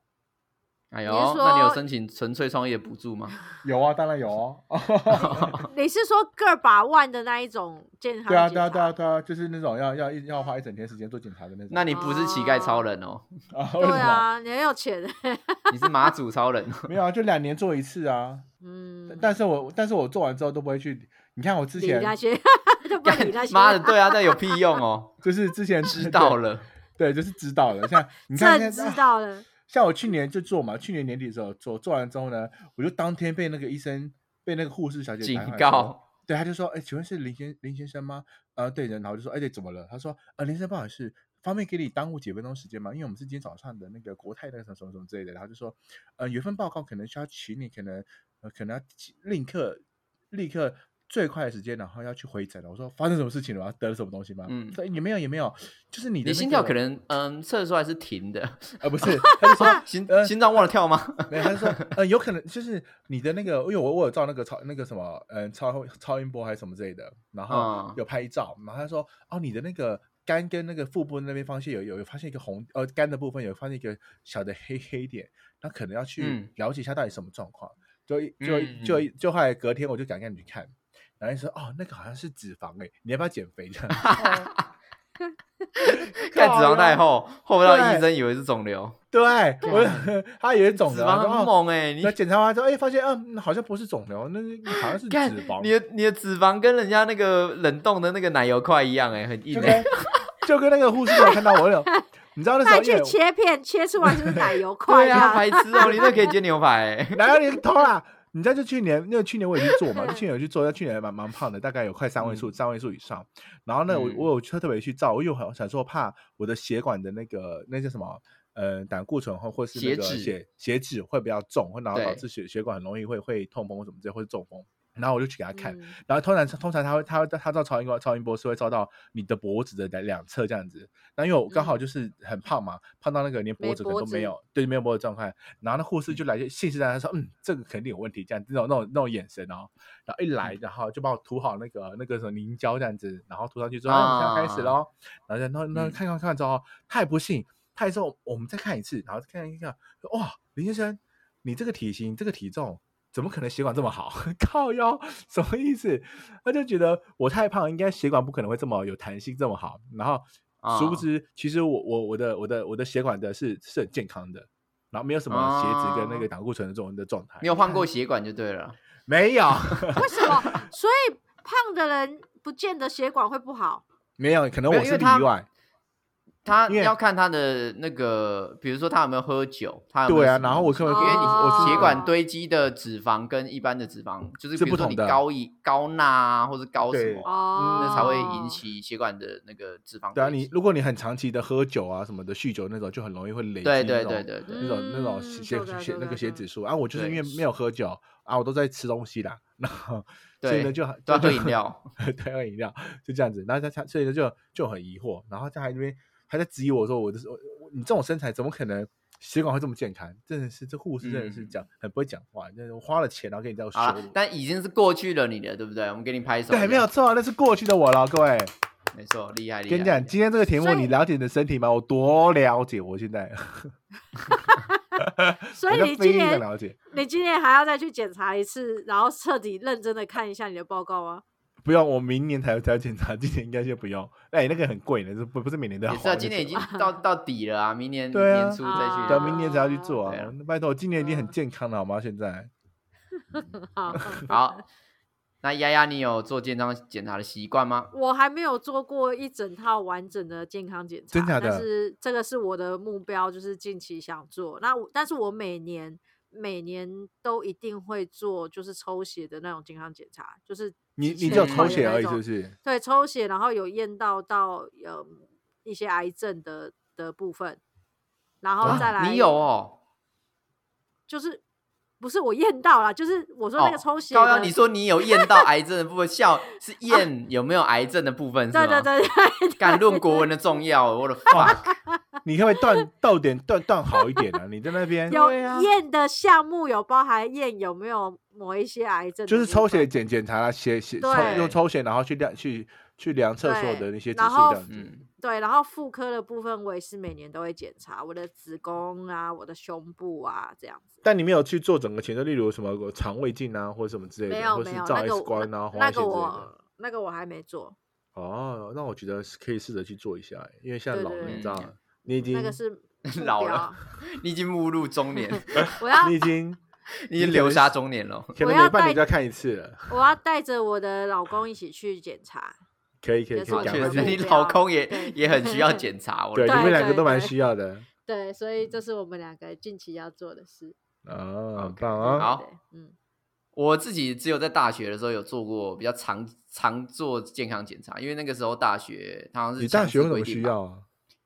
C: 哎呦，
B: 你是说
C: 那你有申请纯粹创业补助吗？
A: 有啊，当然有哦。
B: 嗯你是说个儿把万的那一种健康
A: 对啊，
B: 检
A: 对啊，对
B: 查
A: 啊，对啊，就是那种要要一要花一整天时间做检查的那种。
C: 那你不是乞丐超人哦，
A: 啊，为什
B: 对
A: 么？
B: 啊，你很有钱、
C: 你是马祖超人哦。
A: 没有啊，就两年做一次啊。
B: 嗯，
A: 但是我但是我做完之后都不会去。你看我之
B: 理
A: 前
B: 那些就不理那些，
C: 妈的，对啊，那有屁用哦！
A: 就是之前
C: 知道
A: 了，
C: 了，
A: 对，就是知道了。像你看
B: 朕
A: 现在，啊
B: 知道了，
A: 像我去年就做嘛，去年年底的时候做，做完之后呢，我就当天被那个医生被那个护士小姐
C: 警
A: 打电话说
C: 告，
A: 对，他就说：“哎，请问是林先林先生吗？”呃，对的，然后我就说：“哎，对，怎么了？”他说：“呃，林先生，不好意思，方便给你耽误几分钟时间吗？因为我们是今天早上的那个国泰那个什么什么什么之类的。”然后就说：“呃，有一份报告可能需要请你，可能呃，可能要即立刻立刻最快的时间，然后要去回诊了。”我说：“发生什么事情了吗？得了什么东西吗？”
C: 嗯
A: 说哎也没有，也没有，就是你的、
C: 你心跳可能嗯测出来是 停的，
A: 呃 不是，他就说
C: 心
A: 呃
C: 心脏忘了跳吗？
A: 没有，他就说，呃，有可能就是你的那个，因为我我有照那个超那个什么，嗯，超超音波还是什么之类的，然后
C: 嗯
A: 有拍照，然后他说，哦，你的那个肝跟那个腹部那边发现有有有发现一个红，呃，肝的部分有发现一个小的黑黑点，那可能要去
C: 嗯
A: 了解一下到底什么状况，就一就一就一就后来隔天我就赶赶紧去看，然后就说，哦，那个好像是脂肪诶、你要不要减肥这样？ 啊
C: 看脂肪太厚，厚到
A: 对
C: 医生以为是肿瘤，
A: 对，我就 他以为肿
C: 脂
A: 瘤，
C: 肪
A: 然
C: 很
A: 后
C: 猛哎，你
A: 那检查完之后，哎、发现嗯，好像不是肿瘤，那好像是
C: 看
A: 脂肪。
C: 你的你的脂肪跟人家那个冷冻的那个奶油块一样哎，很硬
A: 就
C: 哎
A: 跟，就跟那个护士我看到 我有，你知道那时
B: 再
A: 候因
B: 去
A: 为我
B: 切片，切出来就是奶油块
C: 对
B: 这
C: 啊，
B: 样。
C: 白痴 哦，你那可以煎牛排哎，
A: 哪有你偷啦？你知道就去年，那个去年我也去做嘛，就去年有去做，但去年还蛮蛮胖的，大概有快三位数，三位数以上。然后呢，我
C: 嗯
A: 我有特特别去照，我又很想说怕我的血管的那个那叫什么，呃，胆固醇或或是那
C: 血
A: 个
C: 脂
A: 血血脂会比较重，会然后导
C: 对
A: 致血血管很容易会会痛风或什么之类，或是中风。然后我就去给他看，
B: 嗯
A: 然后通常通常他会他会他照超音波超音波是会照到你的脖子的两两侧这样子。那因为我刚好就是很胖嘛，胖到那个连脖
B: 嗯没
A: 子可能
B: 脖
A: 都没
B: 子嗯
A: 有，对，没有脖子状态。然后那护士就来就信誓旦旦说，嗯，这个肯定有问题，这样那种那种那种眼神哦。然后一来，
B: 嗯
A: 然后就帮我涂好那个那个什么凝胶这样子，然后涂上去之后，啊我们现在开始
B: 哦
C: 啊
A: 喽。然后就那那
C: 嗯
A: 看看看之后，他也不信，他也说我们再看一次，然后再看一看，哇，林先生，你这个体型，这个体重。怎么可能血管这么好？ 靠腰什么意思？他就觉得我太胖，应该血管不可能会这么有弹性这么好。然后，殊不
C: 啊
A: 知，其实我我我的我的我的血管的是是很健康的，然后没有什么血脂跟那
C: 啊
A: 个胆固醇的这种的状态。
C: 你有换过血管就对了，
A: 没有？
B: 为什么？ 所以胖的人不见得血管会不好。
A: 没有，可能
C: 没有
A: 我
C: 因
A: 是
C: 为
A: 例
C: 他
A: 外。
C: 他
A: 因为
C: 要看他的那个，比如说他有没有喝酒，他有没有
A: 对啊，
C: 什么
A: 然后我可能
C: 因为你
B: 哦
C: 血管堆积的脂肪跟一般的脂肪就是
A: 是
C: 比
A: 不
C: 如说
A: 同
C: 你
A: 的
C: 高一高钠啊，或是高什
A: 对
C: 么啊，
A: 嗯
B: 哦，
C: 那才会引。起血管的那个脂肪
A: 对啊，
C: 堆
A: 你
C: 积
A: 如果你很长期的喝酒啊什么的酗酒那种，就很容易会累积
C: 对
A: 那
C: 对
A: 种
C: 对对对
A: 那种那种
B: 嗯
A: 血
B: 对
A: 血
B: 的
A: 血
B: 对
A: 那
B: 的
A: 个血
B: 对
A: 指数啊，我就是因为
C: 对
A: 没有喝酒啊，我都在吃东西啦， 然后所以呢
C: 对
A: 就很
C: 对啊，
A: 就
C: 喝饮料，
A: 对，喝饮料就这样子。然后他他所以呢就就很疑惑，然后他还那边还在质疑我说我的我我你这种身材怎么可能血管会这么健康？真的是这护士真的是
C: 嗯
A: 讲、很不会讲话，就是我花了钱然后给你这样
C: 好
A: 羞
C: 了
A: 辱，。
C: 但已经是过去了你的，对不对？我们给你拍手，
A: 对，没有，错，啊那是过去的我了，各位。
C: 没错，厉害厉害。
A: 跟你讲，今天这个题目
B: 所以
A: 你了解你的身体吗？我多了解，我现在，
B: 哦所 以
A: 我
B: 你
A: 非
B: 今
A: 常
B: 年
A: 了解。
B: 你今年还要再去检查一次，然后彻底认真的看一下你的报告啊。
A: 不用，我明年才才要检查，今年应该先不用。 哎、那个很贵的，这不不是每年都要
C: 也
A: 花的。
C: 是啊，今年已经 到到底了啊，明年
A: 对啊
C: 年初再
B: 哦
C: 去。
A: 对啊，明年才要去做
C: 对
A: 啊
C: 啊！
A: 拜托，我今年已经很
B: 嗯
A: 健康了，好吗？现在
B: 好，
C: 好，那丫丫，你有做健康检查的习惯吗？
B: 我还没有做过一整套完整的健康检查，
A: 真假的
B: 但是这个是我的目标，就是近期想做。那我但是我每年每年都一定会做，就是抽血的那种健康检查，就是
A: 你你
B: 血
A: 只有
B: 液
A: 抽
B: 的
A: 血
B: 那
A: 而已，
B: 种
A: 是不是？
B: 对，抽血，然后有验到到呃一些癌症的的部分，然后
C: 啊
B: 再来、
C: 你有哦，
B: 就是不是我验到啦，就是我说那个
C: 哦
B: 抽血的、
C: 高阳，你说你有验到癌症的部分，笑是验有没有癌症的部分是吗？
B: 对对 对对，
C: 敢论国文的重要，我的 fuck，
A: 你可不可以断 逗点断断好一点啊？你在那边
B: 有
C: 对啊
B: 验的项目有包含验有没有某一些癌症的部分，
A: 就是抽血检检查啦，血血抽
B: 对
A: 用抽血，然后去量去去量测所有
B: 对
A: 的那些指
B: 然
A: 数
B: 后
A: 这样子。
C: 嗯，
B: 对，然后妇科的部分我也是每年都会检查我的子宫啊、我的胸部啊这样子。
A: 但你没有去做整个前奏，例如什么肠胃镜啊，或者什么之类的，
B: 没有
A: 或
B: 没
A: 是
B: 有，
A: 照
B: 那
A: X
B: 个我
A: 光啊、
B: 那那
A: 黄血
B: 个
A: 之类的。
B: 我那个我还没做，
A: 哦，那我觉得是可以试着去做一下欸，因为现在
B: 对
A: 老
B: 对
A: 了，
B: 对
A: 你知道吗，你已经
B: 那 个是目
C: 老
B: 标
C: 了，你已经步入中年，
B: 我要
A: 你已经
C: 你已经流沙中年了。
A: 可能
B: 我要
A: 每半年
B: 带
A: 就要看一次了。
B: 我要带着我的老公一起去检查。
A: 可以可以
B: 也是
A: 可
B: 我
A: 以，
B: 觉
A: 赶
B: 得
A: 快
C: 确
A: 去
C: 实，
B: 目
C: 你
A: 做。
B: 标
C: 老公也
B: 对
C: 也很需要检 查。我
A: 对，
C: 觉
A: 你
C: 得
A: 们两个
B: 对
A: 都蛮
B: 对
A: 需要的。
B: 对，所以
A: 嗯
B: 这是我们两个近期要做的事。
A: 啊，很
C: OK，
A: 棒啊！
B: 对
C: 好，
B: 对嗯，
C: 我自己只有在大学的时候有做过比较常常做健康检查，因为那个时候大学它好像是
A: 你大
C: 强制
A: 学为什
C: 规
A: 么
C: 定
A: 需
C: 吧
A: 要啊？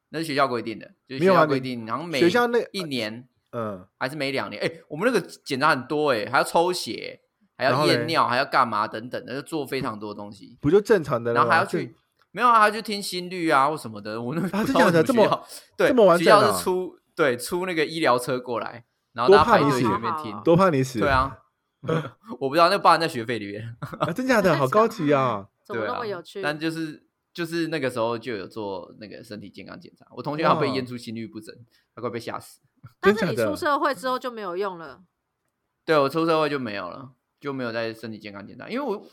C: 那是学校规定的，就
A: 没
C: 是学
A: 有啊
C: 校
A: 你
C: 规定，好像每
A: 学校那
C: 一年
A: 嗯，
C: 还是每两年，哎、我们那个检查很多哎、还要抽血，还
A: 然
C: 要
A: 后嘞
C: 验尿，还要干嘛等等的，就做非常多东西，
A: 不就正常的了
C: 然
A: 吗？
C: 后还要
A: 正
C: 去。没有啊，还要去听心率啊或什么的。我那个
A: 啊
C: 不
A: 真
C: 知道
A: 假
C: 为什
A: 的
C: 么
A: 这
C: 学
A: 么
C: 校对
A: 这么完
C: 学
A: 整
C: 校
A: 啊
C: 是出对出那个医疗车过来，然后
A: 多
C: 大家
A: 怕
C: 排
A: 你
C: 队
A: 死
C: 前面听
B: 好。
A: 多怕你死
C: 对 啊，我不知道那个包含在学费里面。
A: 啊，真 假的好高级啊！
B: 怎么
C: 对
B: 那么
C: 啊
B: 有趣？
C: 但就是就是那个时候就有做那个身体健康检查，我同学要被
A: 哇
C: 验出心率不整，他快被吓死。
A: 真
B: 但是
A: 假
B: 你
A: 的
B: 出社会之后就没有用了。
C: 对我出社会就没有了，就没有在身体健康检查，因为我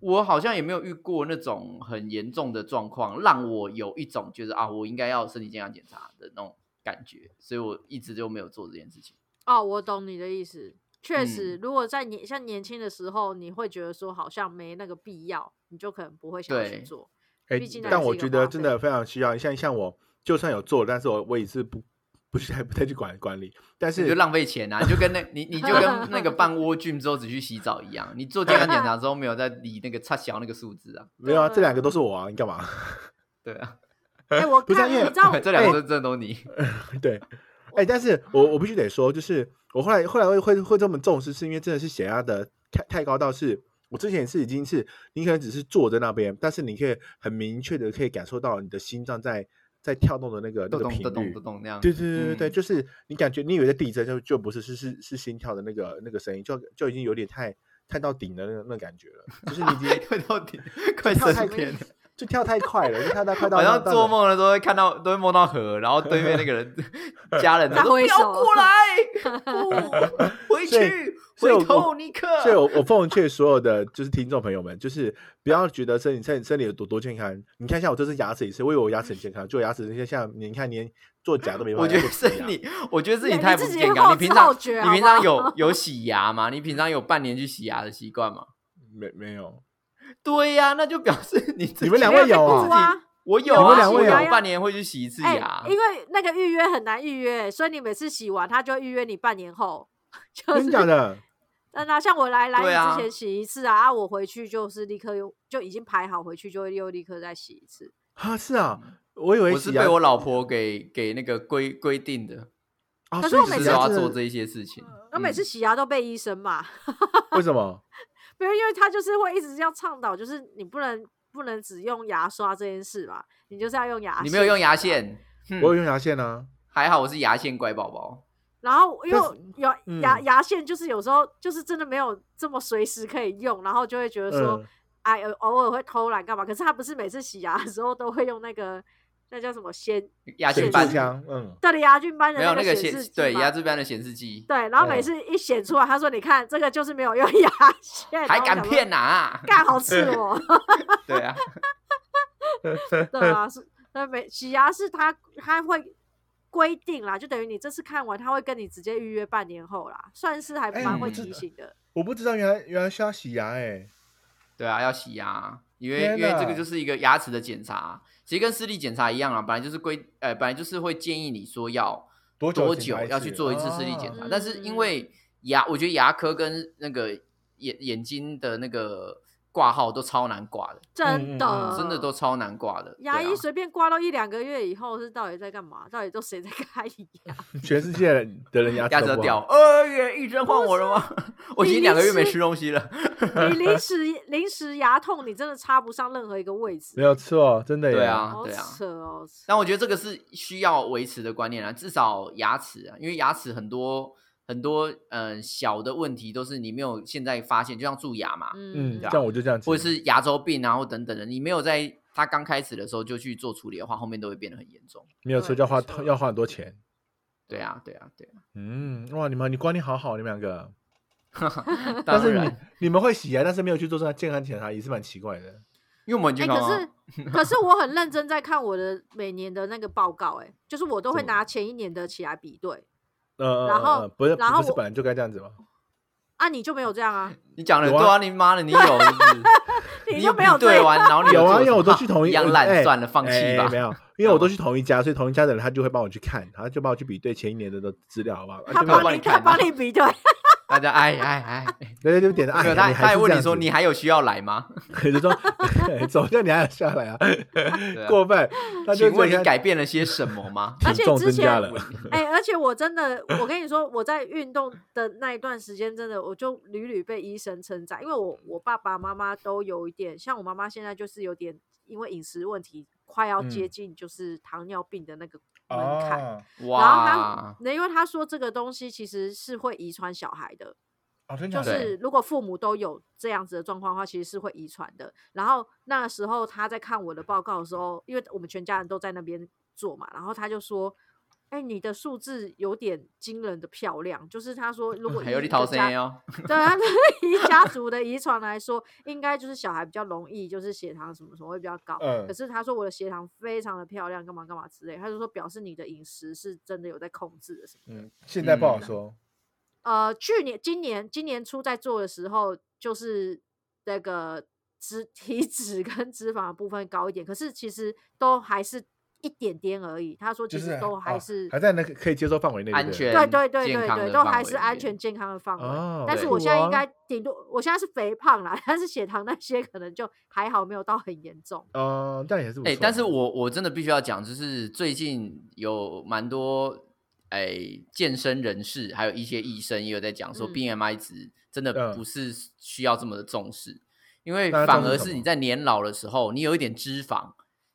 C: 我好像也没有遇过那种很严重的状况，让我有一种就是啊，我应该要身体健康检查的那种感觉，所以我一直就没有做这件事情。
B: 哦，我懂你的意思。确
A: 嗯
B: 实，如果在年像年轻的时候，你会觉得说好像没那个必要，你就可能不会想要去
C: 对
B: 做。
A: 哎
B: 啊毕竟，那
A: 但
B: 是
A: 我
B: 一个
A: 觉
B: 花
A: 得真
B: 费
A: 的非常需要。像像我，就算有做，但是我我也是不不是太不太去管管理。但
C: 你
A: 是
C: 就浪费钱啊！你就跟那，你你就 跟那个办窝菌之后只去洗澡一样，你做健康检查之后没有再理那个差小那个数字啊，
A: 没有啊，
B: 对
A: 这两个都是我啊，你干嘛？
C: 对啊，，
B: 哎、我
A: 不是啊
B: 看
A: 因为
B: 你知道
C: 这两个
A: 哎
C: 都真的都你，
A: 对，哎，但是我我必须得说，就是我后来后来会会会这么重视，是因为真的是血压的太太高到是。我之前是已经是，你可能只是坐在那边，但是你可以很明确的可以感受到你的心脏在在跳动的那个那
C: 咚
A: 个
C: 咚
A: 频
C: 咚咚
A: 率
C: 咚，咚那 样，
A: 对对对对对，
C: 嗯
A: 就是你感觉你以为在地震就就不是，是是是心跳的那个那个声音，就就已经有点太太到顶的那个那感觉了，就是你已经
C: 快到底快
A: 跳
C: 升
A: 太
C: 天了，
A: 就跳太快了，就跳到快到
C: 好像
A: 到
C: 做
A: 了
C: 梦的时候会看到都会梦到河，然后对面那个 人家人
B: 在
C: 他说不
B: 挥
C: 要
B: 手
C: 过来， 不
A: 所
C: 回
A: 以
C: 去
A: 所以
C: 回
A: 我
C: 头尼克，
A: 所以我，我奉劝所有的就是听众朋友们，就是不要觉得身体身体身体有多多健康。你看一下我这只牙齿也是，我以为我牙齿很健康，就牙齿那些像你看连做假都没办法。
C: 我觉得是
A: 做假
C: 你，我觉得是
B: 你
C: 你太
B: 你
C: 不
B: 自己好
C: 健康。你平
B: 自
C: 常
B: 好
C: 你
B: 觉好
C: 平
B: 不
C: 常
B: 好
C: 有有洗牙吗？你平常有半年去洗牙的习惯吗？
A: 没没 有？
C: 对呀、那就表示你自
A: 你们
C: 己
A: 两
B: 没
A: 位
B: 被
A: 有
B: 雇
A: 啊
C: 自己
B: 啊？
C: 我有
A: 你们
C: 啊，
A: 两
C: 我
A: 位
C: 有
A: 有
C: 半年会去洗一次
B: 哎、
A: 啊
C: 牙。
B: 因为那个预约很难预约，所以你每次洗完，他就会预约你半年后。就
A: 真
B: 是
A: 的假的？
B: 但他像我来来
C: 对
B: 你
C: 啊
B: 之前洗一次啊，啊我回去就是立刻又就已经排好，回去就会又立刻再洗一次。
A: 啊，是啊，我以为
C: 嗯我
A: 洗
C: 是
A: 牙
C: 被我老婆给给那个规规定的，
A: 啊，
B: 可是
A: 所以
B: 我
A: 洗
B: 每
C: 就是
B: 次
A: 牙
C: 要
A: 真的
C: 做这一些事情。嗯
B: 那每次洗牙都被医生骂，
A: 为什么？
B: 没有，因为他就是会一直这样倡导，就是你不能不能只用牙刷这件事嘛，你就是要用牙。
C: 嗯你没有用牙。线，哼
A: 我有用牙线啊。
C: 还好我是牙线乖宝宝。
B: 然后因为
A: 但
B: 我有
A: 嗯
B: 牙牙线，就是有时候就是真的没有这么随时可以用，然后就会觉得说
A: 嗯，
B: 哎、偶偶尔会偷懒干嘛？可是他不是每次洗牙的时候都会用那个那叫什么显
C: 牙
A: 水
B: 显
C: 线
A: 柱
C: 斑
B: 示
A: 枪，嗯，
B: 对的牙菌斑的
C: 没有那
B: 个
C: 个
B: 显
C: 显
B: 示器
C: 对
B: 嘛
C: 牙菌斑的显示器，
B: 对，然后每
A: 嗯
B: 次一显出来，他说：“你看这个就是没有用 牙线，
C: 还敢骗
B: 呐、
C: 啊？
B: 干 好刺我！”
C: 对啊，
B: 对啊，是呃没洗牙是他他会规定啦，就等于你这次看完，他会跟你直接预约半年后啦，算是还
A: 哎
B: 蛮会
C: 嗯
B: 提醒的。
A: 我不知道原来原来需要洗牙哎、
C: 对啊，要洗牙，因为
A: 天
C: 因为这
A: 哪
C: 个就是一个牙齿的检查，其实跟视力检查一样啊，本来就是规呃本来就是会建议你说要
A: 多久
C: 多
A: 检
C: 久
A: 查一
C: 要
A: 次哦
C: 去做一次视力检查，
B: 啊
C: 但是因为牙，我觉得牙科跟那个眼眼睛的那个挂号都超难挂的，
A: 嗯
B: 真
A: 嗯
B: 的、
A: 嗯
C: 真的都超难挂的。
B: 牙
C: 对
B: 医
C: 啊
B: 随便刮到一两个月以后，是到底在干嘛？到底都谁在看 牙？
A: 全世界的人牙
C: 牙
A: 齿都
C: 齿都
A: 啊不
C: 掉，
A: 好。
C: 二月医生换我了吗？ 我已经两个月没吃东西了。
B: 你临时临时牙痛，你真的插不上任何一个位置
A: 没，有错，真的耶
C: 对啊
B: 好，
C: 对啊。
B: 扯哦！
C: 但我觉得这个是需要维持的观念啊，至少牙齿啊，因为牙齿很多很多呃小的问题都是你没有现在发现，就像蛀牙嘛，
B: 嗯
A: 嗯，
B: 嗯
A: 像我就这样子，
C: 或者是牙周病啊，或等等的，你没有在它刚开始的时候就去做处理的话，后面都会变得很严重。
A: 没有
B: 对
A: 车就要
B: 没
A: 花
B: 错
A: 要花很多钱。
C: 对啊，对啊，对啊。
A: 嗯，哇，你们你观念好好，你们两个。但
C: 当
A: 是你
C: 然，
A: 你们会洗牙，但是没有去做健康检查，也是蛮奇怪的。
C: 因为我们很
B: 哎、
C: 健康啊。
B: 可是可是我很认真在看我的每年的那个报告、哎，就是我都会
A: 怎么
B: 拿前一年的起来比对。
A: 呃，
B: 然
A: 呃
B: 后
A: 呃不是
B: 然后
A: 不是
B: 我
A: 本来就该这样子吗？
B: 啊，你就没有这样啊？
C: 你讲的
A: 有啊
C: 对啊，你妈的，你有是不 是？
B: 你
C: 又
B: 就没有
C: 比
B: 这
C: 对
B: 样？
C: 完，然后你
A: 有啊，因为
C: 做
A: 我
C: 什么
A: 都去同一
C: 一样烂，
A: 哎
C: 算了，放弃
A: 哎
C: 吧嗯
A: 没。有，因为我都去同一家，所以同一家的人他就会帮我去看，他就帮我去比对前一年的的资料，好不好？啊
B: 他
A: 就没有
C: 我帮
B: 帮你，
C: 你
B: 他
C: 看
B: 帮
C: 啊
B: 你比对，
C: 大家哎哎哎，
A: 对对对，点的，哎
C: 没有
A: 呀，
C: 他
A: 你
C: 他
A: 还
C: 还
A: 是
C: 问
A: 这
C: 你
A: 样
C: 说
A: 子
C: 你还有需要来吗？
A: 就说走掉你还要下 来啊，
C: 对啊
A: 过分。那就
C: 请问
A: 这
C: 你
A: 样
C: 改变了些什么吗？
B: 而
A: 体
B: 且
A: 重
B: 之
A: 增加
B: 前
A: 了，
B: 哎、而且我真的，我跟你说，我在运动的那一段时间，真的我就屡屡被医生称赞，因为我我爸爸妈妈都有一点，像我妈妈现在就是有点因为饮食问题，快要接
D: 嗯
B: 近就是糖尿病的那个门槛。
D: 哦，
B: 然后他
C: 哇，，
B: 那因为他说这个东西其实是会遗传小孩的，
D: 哦，真
B: 就
A: 啊
D: 假的
B: 是如果父母都有这样子的状况的话，其实是会遗传的。然后那时候他在看我的报告的时候，因为我们全家人都在那边做嘛，然后他就说：“哎、你的数字有点惊人的漂亮。”就是他说，如果
C: 还
B: 以
C: 有你
B: 一个
C: 逃
B: 家
C: 生哦。
B: 对啊，以家族的遗传来说，应该就是小孩比较容易，就是血糖什么什么会比较高。
D: 嗯
B: 可是他说我的血糖非常的漂亮，干嘛干嘛之类，他就说表示你的饮食是真的有在控制的什么。
A: 嗯，现在不好
C: 嗯
A: 说。
B: 呃，去年、今年、今年初在做的时候，就是那个脂 体脂跟脂肪的部分高一点，可是其实都还是一点点而已。他说
D: 就
B: 其
D: 是
B: 实
C: 啊
B: 都还
A: 哦
B: 是、
A: 还在那个可以接受范围内，对
C: 安
A: 不对
C: 全
B: 对对对
C: 健
B: 对
C: 康
B: 对，
C: 的
B: 都
C: 范
B: 还
C: 围
B: 是
C: 里
B: 安
C: 面啊
B: 全健康的范围。
A: 哦，
B: 但是
C: 对
B: 我现在应
A: 哇
B: 该顶多，我现在是肥胖啦， 但是血糖那些可能就还好，没有到很严重。
A: 哦，但也是不
C: 哎、
A: 错
C: 但是我我真的必须要讲，就是最近有蛮多哎、健身人士，还有一些医生也有在讲说
B: 嗯
C: ，BMI 值真的
A: 嗯
C: 不是需要这么的重视，因为
A: 那要
C: 反
A: 重视
C: 而
A: 什
C: 是
A: 么
C: 你在年老的时候，你有一点脂肪，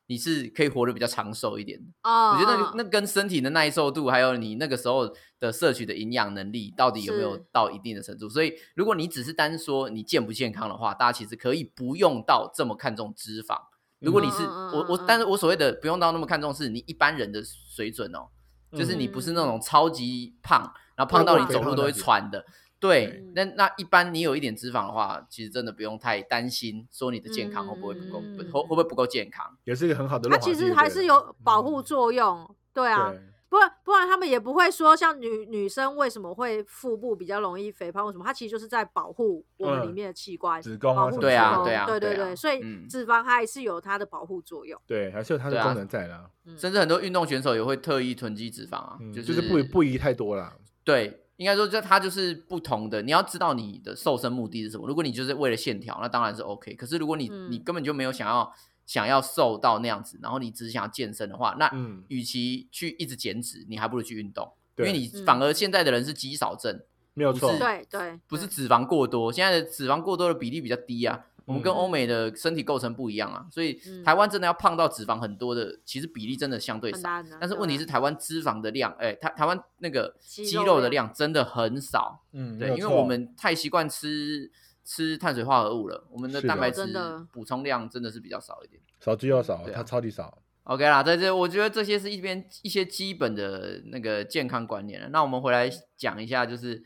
C: 你是可以活得比较长寿一点的。
B: 哦，
C: 我觉得那
B: 嗯
C: 那跟身体的耐受度，还有你那个时候的摄取的营养能力，到底有没有
B: 是
C: 到一定的程度？所以，如果你只是单说你健不健康的话，大家其实可以不用到这么看重脂肪。如果你是
B: 嗯嗯嗯
C: 我我
B: 嗯，嗯
C: 但是我所谓的不用到那么看重，是你一般人的水准哦，就是你不是
B: 嗯
C: 那种超级胖，然后胖到你走路都会喘的。对
B: 嗯，
C: 那那一般你有一点脂肪的话，其实真的不用太担心，说你的健康会不会不够，
B: 嗯
C: 会会不会不够健康？
A: 也是一个很好的
B: 它
A: 润滑
B: 其
A: 剂就对
B: 实
A: 了，嗯
B: 还是有保护
C: 嗯
B: 作用，对啊，
A: 对。
B: 不然不然他们也不会说像女女生为什么会腹部比较容易肥胖，为什么？它其实就是在保护我们里
A: 嗯
B: 面的器官，
A: 子宫啊
B: 保护
A: 什么之
B: 子
A: 类的
B: 宫
C: 对啊
B: 对
C: 对啊
B: 对，
C: 对啊
B: 所以
C: 嗯
B: 脂肪它还是有它的保护作用。
A: 对，还是有它的
C: 对啊
A: 功能在啦，
B: 嗯
C: 甚至很多运动选手也会特意囤积脂肪啊，
A: 嗯，
C: 就
A: 就是不宜不宜太多啦。
C: 对，应该说这它就是不同的。你要知道你的瘦身目的是什么。如果你就是为了线条，那当然是 OK。可是如果你、
B: 嗯
C: 你根本就没有想要想要瘦到那样子，然后你只想要健身的话，那
A: 嗯，
C: 与其去一直减脂，你还不如去运动，因
A: 对
C: 为你反而现在的人是肌少症，
A: 没有
C: 不
A: 错
C: 是，
B: 对对，
C: 不是
B: 对
C: 脂肪过多，现在的脂肪过多的比例比较低啊。我们跟
A: 嗯
C: 欧美的身体构成不一样啊，所以
B: 嗯
C: 台湾真的要胖到脂肪很多的，其实比例真的相对
B: 很
C: 少。
B: 难的。
C: 但是
B: 对
C: 问题
B: 啊
C: 是，台湾脂肪的量，哎、台台湾那个
B: 肌
C: 肌
B: 肉
C: 肉的
B: 量
C: 量真的很少，
D: 嗯，没
C: 对，
D: 有
C: 因为
D: 错
C: 我们太习惯吃吃碳水化合物了，我们的
A: 是的
C: 蛋白质
B: 真的
C: 补充量真的是比较少一点。
A: 少之又少，
C: 对啊
A: 它超级少。
C: OK 啦，在这我觉得这些是一边一些基本的那个健康观念了。那我们回来讲一下，就是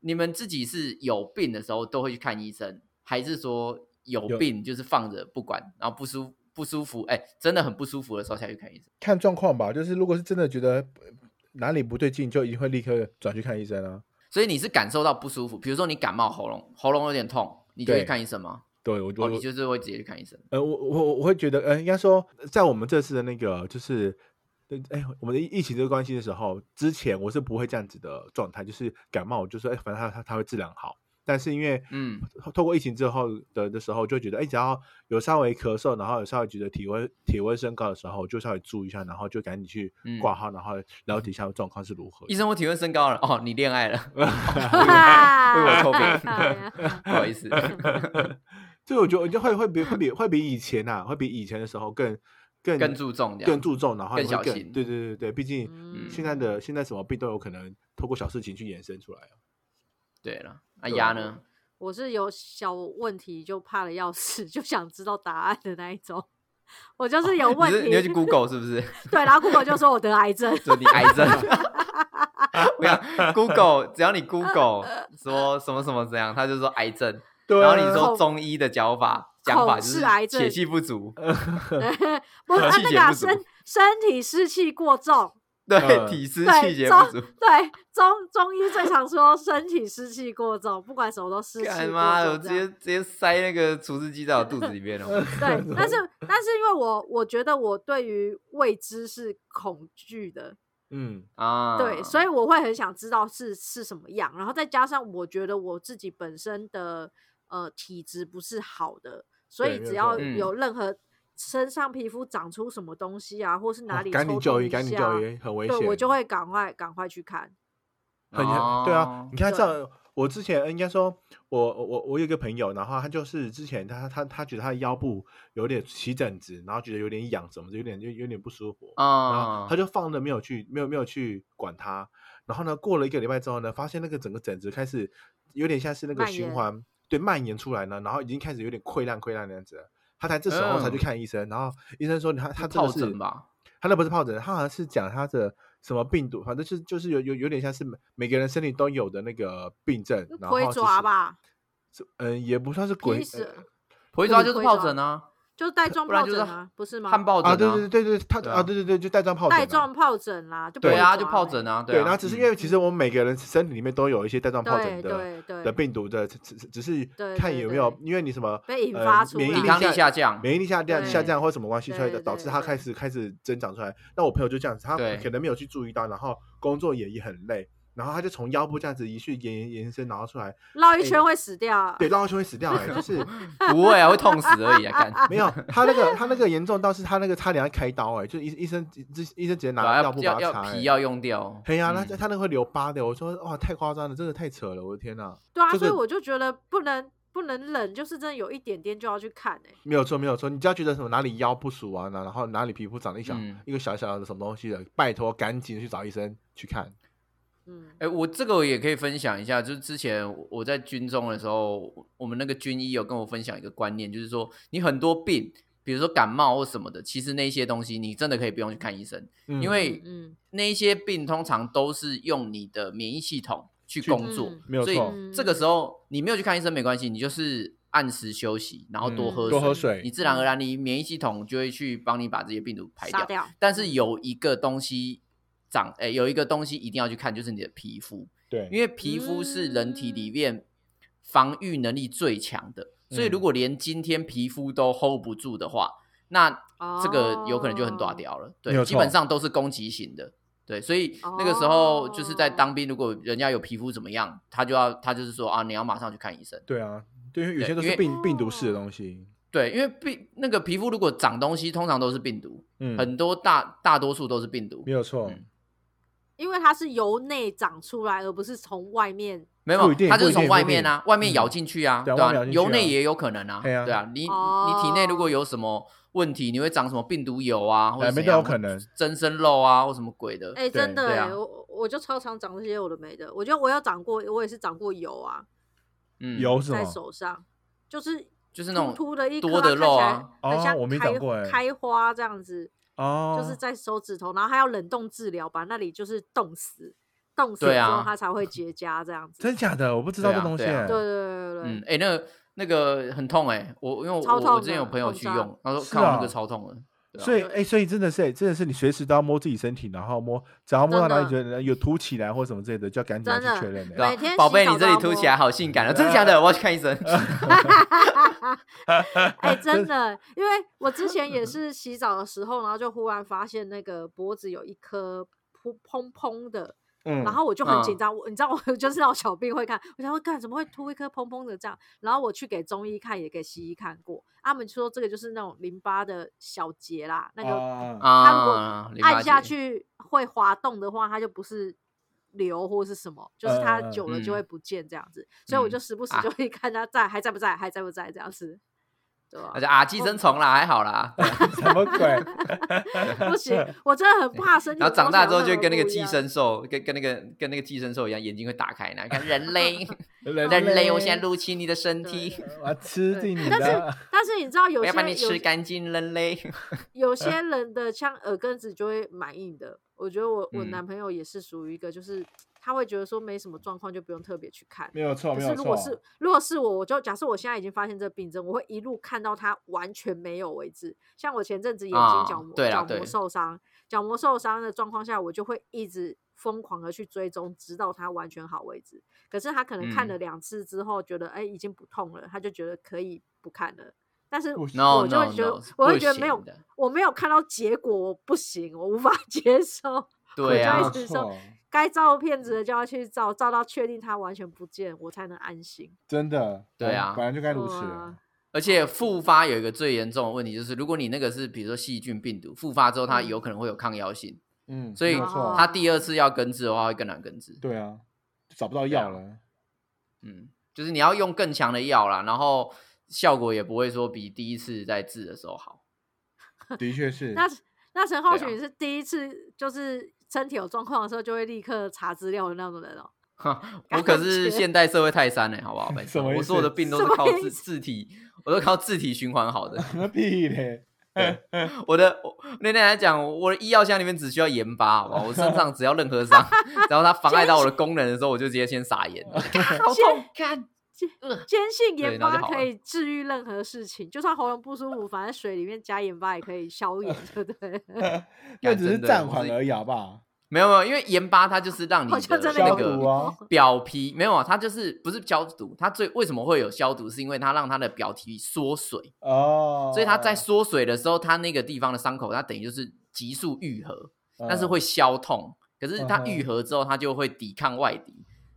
C: 你们自己是有病的时候都会去看医生，还是说有
A: 有
C: 病就是放着不管，然后不舒不舒服，哎、真的很不舒服的时候才去看医生？
A: 看状况吧，就是如果是真的觉得呃哪里不对劲，就一定会立刻转去看医生啊。
C: 所以你是感受到不舒服，比如说你感冒喉咙喉咙有点痛，你就
A: 对
C: 去看医生吗？
A: 对我，
C: 哦，
A: 我
C: 你就是会直接去看医生。
A: 呃，我我我我会觉得，呃，应该说，在我们这次的那个就是，呃哎，我们的疫疫情这个关系的时候，之前我是不会这样子的状态，就是感冒，我就说，哎，反正它它它会自然好。但是因为，
C: 嗯，
A: 透过疫情之后的的时候，就觉得，哎，只要有稍微咳嗽，然后有稍微觉得体温体温升高的时候，就稍微注意一下，然后就赶紧去
C: 嗯
A: 挂号，然后了解一下状况是如何。
C: 医生，我体温升高了。哦，你恋爱了，
B: 为
C: 我 扣
B: 病。
C: 不 好意思。
A: 所以我觉得，我觉得会会比会比会比以前啊，会比以前的时候更更
C: 更注重这样
A: 更注重，然后
C: 更
A: 你会
C: 小心
A: 对对对对，毕竟
B: 嗯
A: 现在的现在什么病都有可能透过小事情去延伸出来啊。
C: 对了，那
A: 对
C: 鸭呢？
B: 我是有小问题就怕的要死，就想知道答案的那一种。我就是有 问
C: 哦你是你要去
B: 题，
C: Google 是不是？
B: 对，然后 Google 就说我得癌症，
C: 就你癌症。我想 Google，只要你 Google 说什么什么怎样，他就说癌症。
A: 对
C: 然
A: 啊，
C: 后你说中医的讲法讲法就是
B: 是癌症
C: 血气不足，
A: 嗯
B: 不是、啊、
C: 气
B: 那
C: 血
B: 个啊
C: 不足
B: 身身体湿气过重，
C: 对，
A: 嗯
C: 体湿
B: 对
C: 气血
B: 中
C: 不足。
B: 对中中医最常说身体湿气过重，不管什么都湿气过
C: 干
B: 重。
C: 妈的，我
B: 这
C: 直接
B: 样
C: 直接塞那个厨师机在我肚子里面 哦了。
B: 对， 但是但是因为我我觉得我对于未知是恐惧的，
A: 嗯，
C: 啊，
B: 对，所以我会很想知道是是什么样，然后再加上我觉得我自己本身的呃体质不是好的，所
A: 对
B: 以
A: 没
B: 只
A: 有
B: 要
A: 错
C: 嗯
B: 有任何身上皮肤长出什么东西啊，或是哪
A: 哦
B: 里
A: 赶紧
B: 抽
A: 就
B: 动
A: 医，
B: 一
A: 赶紧
B: 下
A: 就医，很危
B: 对
A: 险。
B: 我就会赶快赶快去看。
A: 很
C: 哦
A: 很对啊，你看
B: 对
A: 这样，我之前应该说，我我我有一个朋友，然后他就是之前他他他觉得他的腰部有点起疹子，然后觉得有点痒什么的，有点有有点不舒服，然后
C: 啊
A: 他，就放着没有去没有没有去管它，然后呢，过了一个礼拜之后呢，发现那个整个疹子开始有点像是那个
B: 蔓
A: 循
B: 延
A: 环对蔓延出来呢，然后已经开始有点溃烂溃烂的样子了，他才这时候才去
C: 嗯
A: 看医生，然后医生说他他真
C: 疱
A: 的是
C: 疹吧？
A: 他那不是疱疹，他好像是讲他的什么病毒，反正就是就是有有有点像是每每个人身体都有的那个病症，然后
B: 龟
A: 就是
B: 抓，吧，
A: 是嗯，也不算是鬼
B: 皮疹
A: 呃
C: 回抓就是疱疹啊，
B: 就是 带状
C: 不然
B: 疱
C: 就是
B: 疹啊，不是吗？
C: 汗疱
A: 啊，
C: 疹
A: 对对对对，他
C: 对
A: 啊
C: 啊
A: 对对对，就带状疱疹啊，
B: 带状疱疹啦，就不
C: 对
B: 会
C: 啊，
B: 抓
C: 就疱
B: 呗
C: 疹啊，
A: 对，
C: 啊。
A: 然后只是因
C: 嗯
A: 为其实我们每个人身体里面都有一些带状疱疹
B: 对
A: 的
B: 对对
A: 的病毒的，只只只是
B: 对
A: 看
B: 对
A: 有没有
B: 对，
A: 因为你什么
B: 被引
A: 呃
B: 发出
A: 免疫
B: 来
C: 嗯抵
A: 力
C: 抗力
A: 下
C: 下降，
A: 免疫力下降下
B: 对
A: 降或什么关系，所以
B: 对
A: 导
B: 对
A: 致它开
B: 对
A: 始开始增长出来。那我朋友就这样子，他
C: 对
A: 可能没有去注意到，然后工作也也很累，然后他就从腰部这样子一去延延伸，然后出来，
B: 绕一
A: 哎
B: 圈会死掉啊。
A: 对，绕圈会死掉 哎、就是
C: 不会啊，会痛死而已啊， 干。
A: 没有他那个他那个严重到是他那个差点要开刀哎、就医医生医医生直接拿
C: 啊要
A: 药布把
C: 要
A: 它
C: 要
A: 擦、
C: 皮
A: 欸。
C: 要用掉。
A: 哎呀，那
C: 嗯
A: 他那个会留疤的，我说哇，太夸张了，真的太扯了，我的天呐、
B: 对啊，
A: 这
B: 所以
A: 个
B: 我就觉得不能不能忍，就是真的有一点点就要去看哎、
A: 没有错，没有错，你只要觉得什么哪里腰不舒啊，然然后哪里皮肤长了一小、
C: 嗯
A: 一个小小的什么东西的，拜托赶紧去找医生去看。
B: 嗯，
C: 哎、我这个也可以分享一下，就是之前我我在军中的时候，我们那个军医有跟我分享一个观念，就是说你很多病，比如说感冒或什么的，其实那些东西你真的可以不用去看医生，
A: 嗯
C: 因为
B: 嗯
C: 那一些病通常都是用你的免疫系统去
A: 去
C: 工作，
B: 嗯
A: 没有
C: 所以
A: 错
C: 这个时候你没有去看医生没关系，你就是按时休息，然后多
B: 嗯
C: 喝水，
A: 多喝水
C: 你自然而然你免疫系统就会去帮你把这些病毒排
B: 杀
C: 掉。
B: 掉。嗯
C: 但是有一个东西长，诶、有一个东西一定要去看，就是你的皮肤，
A: 对，
C: 因为皮肤是人体
B: 嗯
C: 里面防御能力最强的，所以如
A: 嗯
C: 果连今天皮肤都 hold 不住的话，那这个有可能就很短
B: 哦。
C: 掉了。
A: 没有错
C: 对，基本上都是攻击型的。对，所以那个时候就是在
B: 哦
C: 当兵，如果人家有皮肤怎么样，他就要他就是说啊，你要马上去看医生。
A: 对啊，对，因为有
C: 对
A: 些都
C: 因
A: 是
C: 为
A: 病病毒式的东西，
C: 对，因为病那个皮肤如果长东西，通常都是病毒，
A: 嗯，
C: 很多大大多数都是病毒
A: 没。有错，
C: 嗯
B: 因为它是由内长出来，而不是从外面。
C: 没
A: 不
C: 有
A: 一定，
C: 它就
A: 不一
C: 是从
A: 定
C: 外
A: 不一
C: 面啊，
A: 定
C: 外面咬
A: 嗯
C: 进去啊，
A: 对啊
C: 对
A: 外面咬
C: 吧？
A: 进去啊
C: 由内也有可能啊，
A: 对啊
C: 对啊，你
B: 哦
C: 你体内如果有什么问题，你会长什么病毒疣啊，或者
A: 两
C: 怎
A: 边都有
C: 样
A: 哎可能。
C: 增生肉啊，或什么鬼的
B: 哎、，真的、
C: 对啊
B: 哎，我我就超常长这些有的没的。我觉得我有长过，我也是长过油啊，
C: 嗯，
A: 有什
B: 在
A: 么？
B: 手上，就是
C: 就是那种
B: 秃秃的一颗啊
C: 多的肉啊，
B: 看起来很像
A: 哦我没
B: 开
A: 长过
C: 欸
A: 哎
B: 开花这样子，
A: 哦，
B: 就是在手指头，然后它要冷冻治疗，把那里就是冻死，冻死
C: 对
B: 之
C: 啊
B: 后它才会结痂这样子。
A: 真假的，我不知道
C: 对
A: 这
C: 啊
A: 东西
C: 对
A: 欸。
C: 啊
B: 对对对对对，
C: 嗯，哎，那个那个很痛哎，我因为我
B: 超痛
C: 我之前有
B: 的
C: 朋友
B: 痛
C: 去
B: 炸
C: 用，他说
A: 是
C: 看我那
A: 啊
C: 个超痛的，对啊
A: 所以，
B: 对
A: 哎，所以真的是，真的是你随时都要摸自己身体，然后摸，只要摸到
B: 真
A: 哪
B: 的
A: 里觉得有凸起来或什么之类的，就要赶紧要
B: 真的
A: 去确认
C: 对
A: 的。
C: 啊
B: 每天洗
C: 宝贝，
B: 澡
C: 你这
B: 都
C: 里
B: 要
C: 凸起
B: 摸嗯
C: 来好性感啊，真的假的？我要去看医 生。啊
B: 哎、
A: 啊
B: 真的，因为我之前也是洗澡的时候，然后就忽然发现那个脖子有一颗噗砰砰的，
A: 嗯，
B: 然后我就很紧
C: 嗯
B: 张。我你知道，我 就是那种小病会看，我想说干怎么会凸一颗砰砰的这样？然后我去给中医看，也给西医看过，他们说这个就是那种淋巴的小结啦，那个
A: 啊，
C: 啊，淋巴
B: 按下
C: 结，
B: 去会滑动的话，它就不是瘤或是什么，就是它
A: 嗯嗯
B: 久了就
C: 嗯
B: 会不见这样子。所以我就
C: 嗯
B: 时不时
C: 啊
B: 就会看它在、还在不在，还在不在这样子。对吧
C: 那？就啊寄生虫啦，还好啦。
B: 哦
D: 什么鬼？
B: 不行，我真的很怕 身体。
C: 然后长大之后就跟那个寄，生兽，跟跟那个跟那个寄生兽一样，眼睛会打开，然后 看人类，
D: 人
C: 人类，
D: 类，
C: 我现在入侵你的身体，
D: 我要吃
B: 对
D: 定你
B: 但是
D: 的。
B: 但是你 知道有
C: 我
B: 些
C: 要把你
B: 有
C: 吃干净，人类。
B: 有 些人的像耳根子就会蛮硬的。我觉得我我
C: 嗯
B: 男朋友也是属于一个，就是他会觉得说没什么状况就不用特别去看。
D: 没有错，
B: 可
D: 没
B: 是
D: 有
B: 如果
D: 错。
B: 是如果是我，我就假设我现在已经发现这个病症，我会一路看到它完全没有为止。像我前阵子眼睛
C: 啊
B: 角膜、
C: 对
B: 角
C: 啦
B: 膜
C: 对
B: 受伤，角膜受伤的状况下，我就会一直疯狂的去追踪，直到它完全好为止。可是他可能看了
C: 嗯
B: 两次之后，觉得哎、已经不痛了，他就觉得可以不看了。但是
D: 不
B: 我
D: 行
B: 就
C: No
B: 会
C: no
B: 觉得
C: no，
B: 我
C: 不
B: 会觉得没有
C: 行的，
B: 我没有看到结果，我不行，我无法 接受。
C: 对
B: 我
C: 啊
B: 就，会一直
D: 没有
B: 说
D: 错，
B: 该照骗子的就要去照，照到确定它完全不见，我才能安心。嗯
D: 真的，
C: 对
D: 本
C: 啊
D: 本来就该如此。
B: 哇
C: 而且复发有一个最严重的问题就是，如果你那个是比如说细菌病毒复发之后，它
B: 嗯
C: 有可能会有抗药性，
D: 嗯，
C: 所以
D: 没有错
C: 它第二次要根治的话会更难根治。
D: 对啊，就找不到
C: 对啊
D: 药了。
C: 嗯，就是你要用更强的药啦，然后效果也不会说比第一次在治的时候好。
D: 的确是。
B: 那那陈浩
C: 对啊
B: 群是第一次就是身体有状况的时候就会立刻查资料的那种人哦。
C: 我可是现代社会泰山呢、好不 好？拜托
D: 什么意思
C: 我所有的病都是靠自自体，我都靠自体循环好的。
D: 什么屁嘞？
C: 我的我那天来讲，我的医药箱里面只需要盐巴，好不好？我身上只要任何伤， 然后它妨碍到我的功能的时候，我就直接先撒 盐，好痛，干，呃
B: 坚信
C: 对
B: 盐
C: 然后
B: 巴
C: 就好
B: 可
C: 了
B: 以治愈任何事情，就算喉咙不舒服，反正水里面加盐巴也可以消
C: 呃
B: 炎，对不对？
C: 嗯
D: 那只是
C: 真的
D: 暂
C: 我
D: 缓
C: 是
D: 而已，好不好？
C: 没有没有，因为盐巴它就是让你
B: 好
C: 的
B: 像真的
C: 那
D: 消
B: 有哦
C: 个
D: 毒啊
C: 表皮没有啊，它就是不是消毒，它最为什么会有消毒，是因为它让它的表皮缩水，
D: 哦，
C: 所以它在缩水的时候，它那个地方的伤口，它等于就是急速愈合，
B: 哦
D: 嗯，
C: 但是会消痛。可是
D: 嗯
C: 它
D: 哼
C: 愈合之后，它就会抵抗外敌，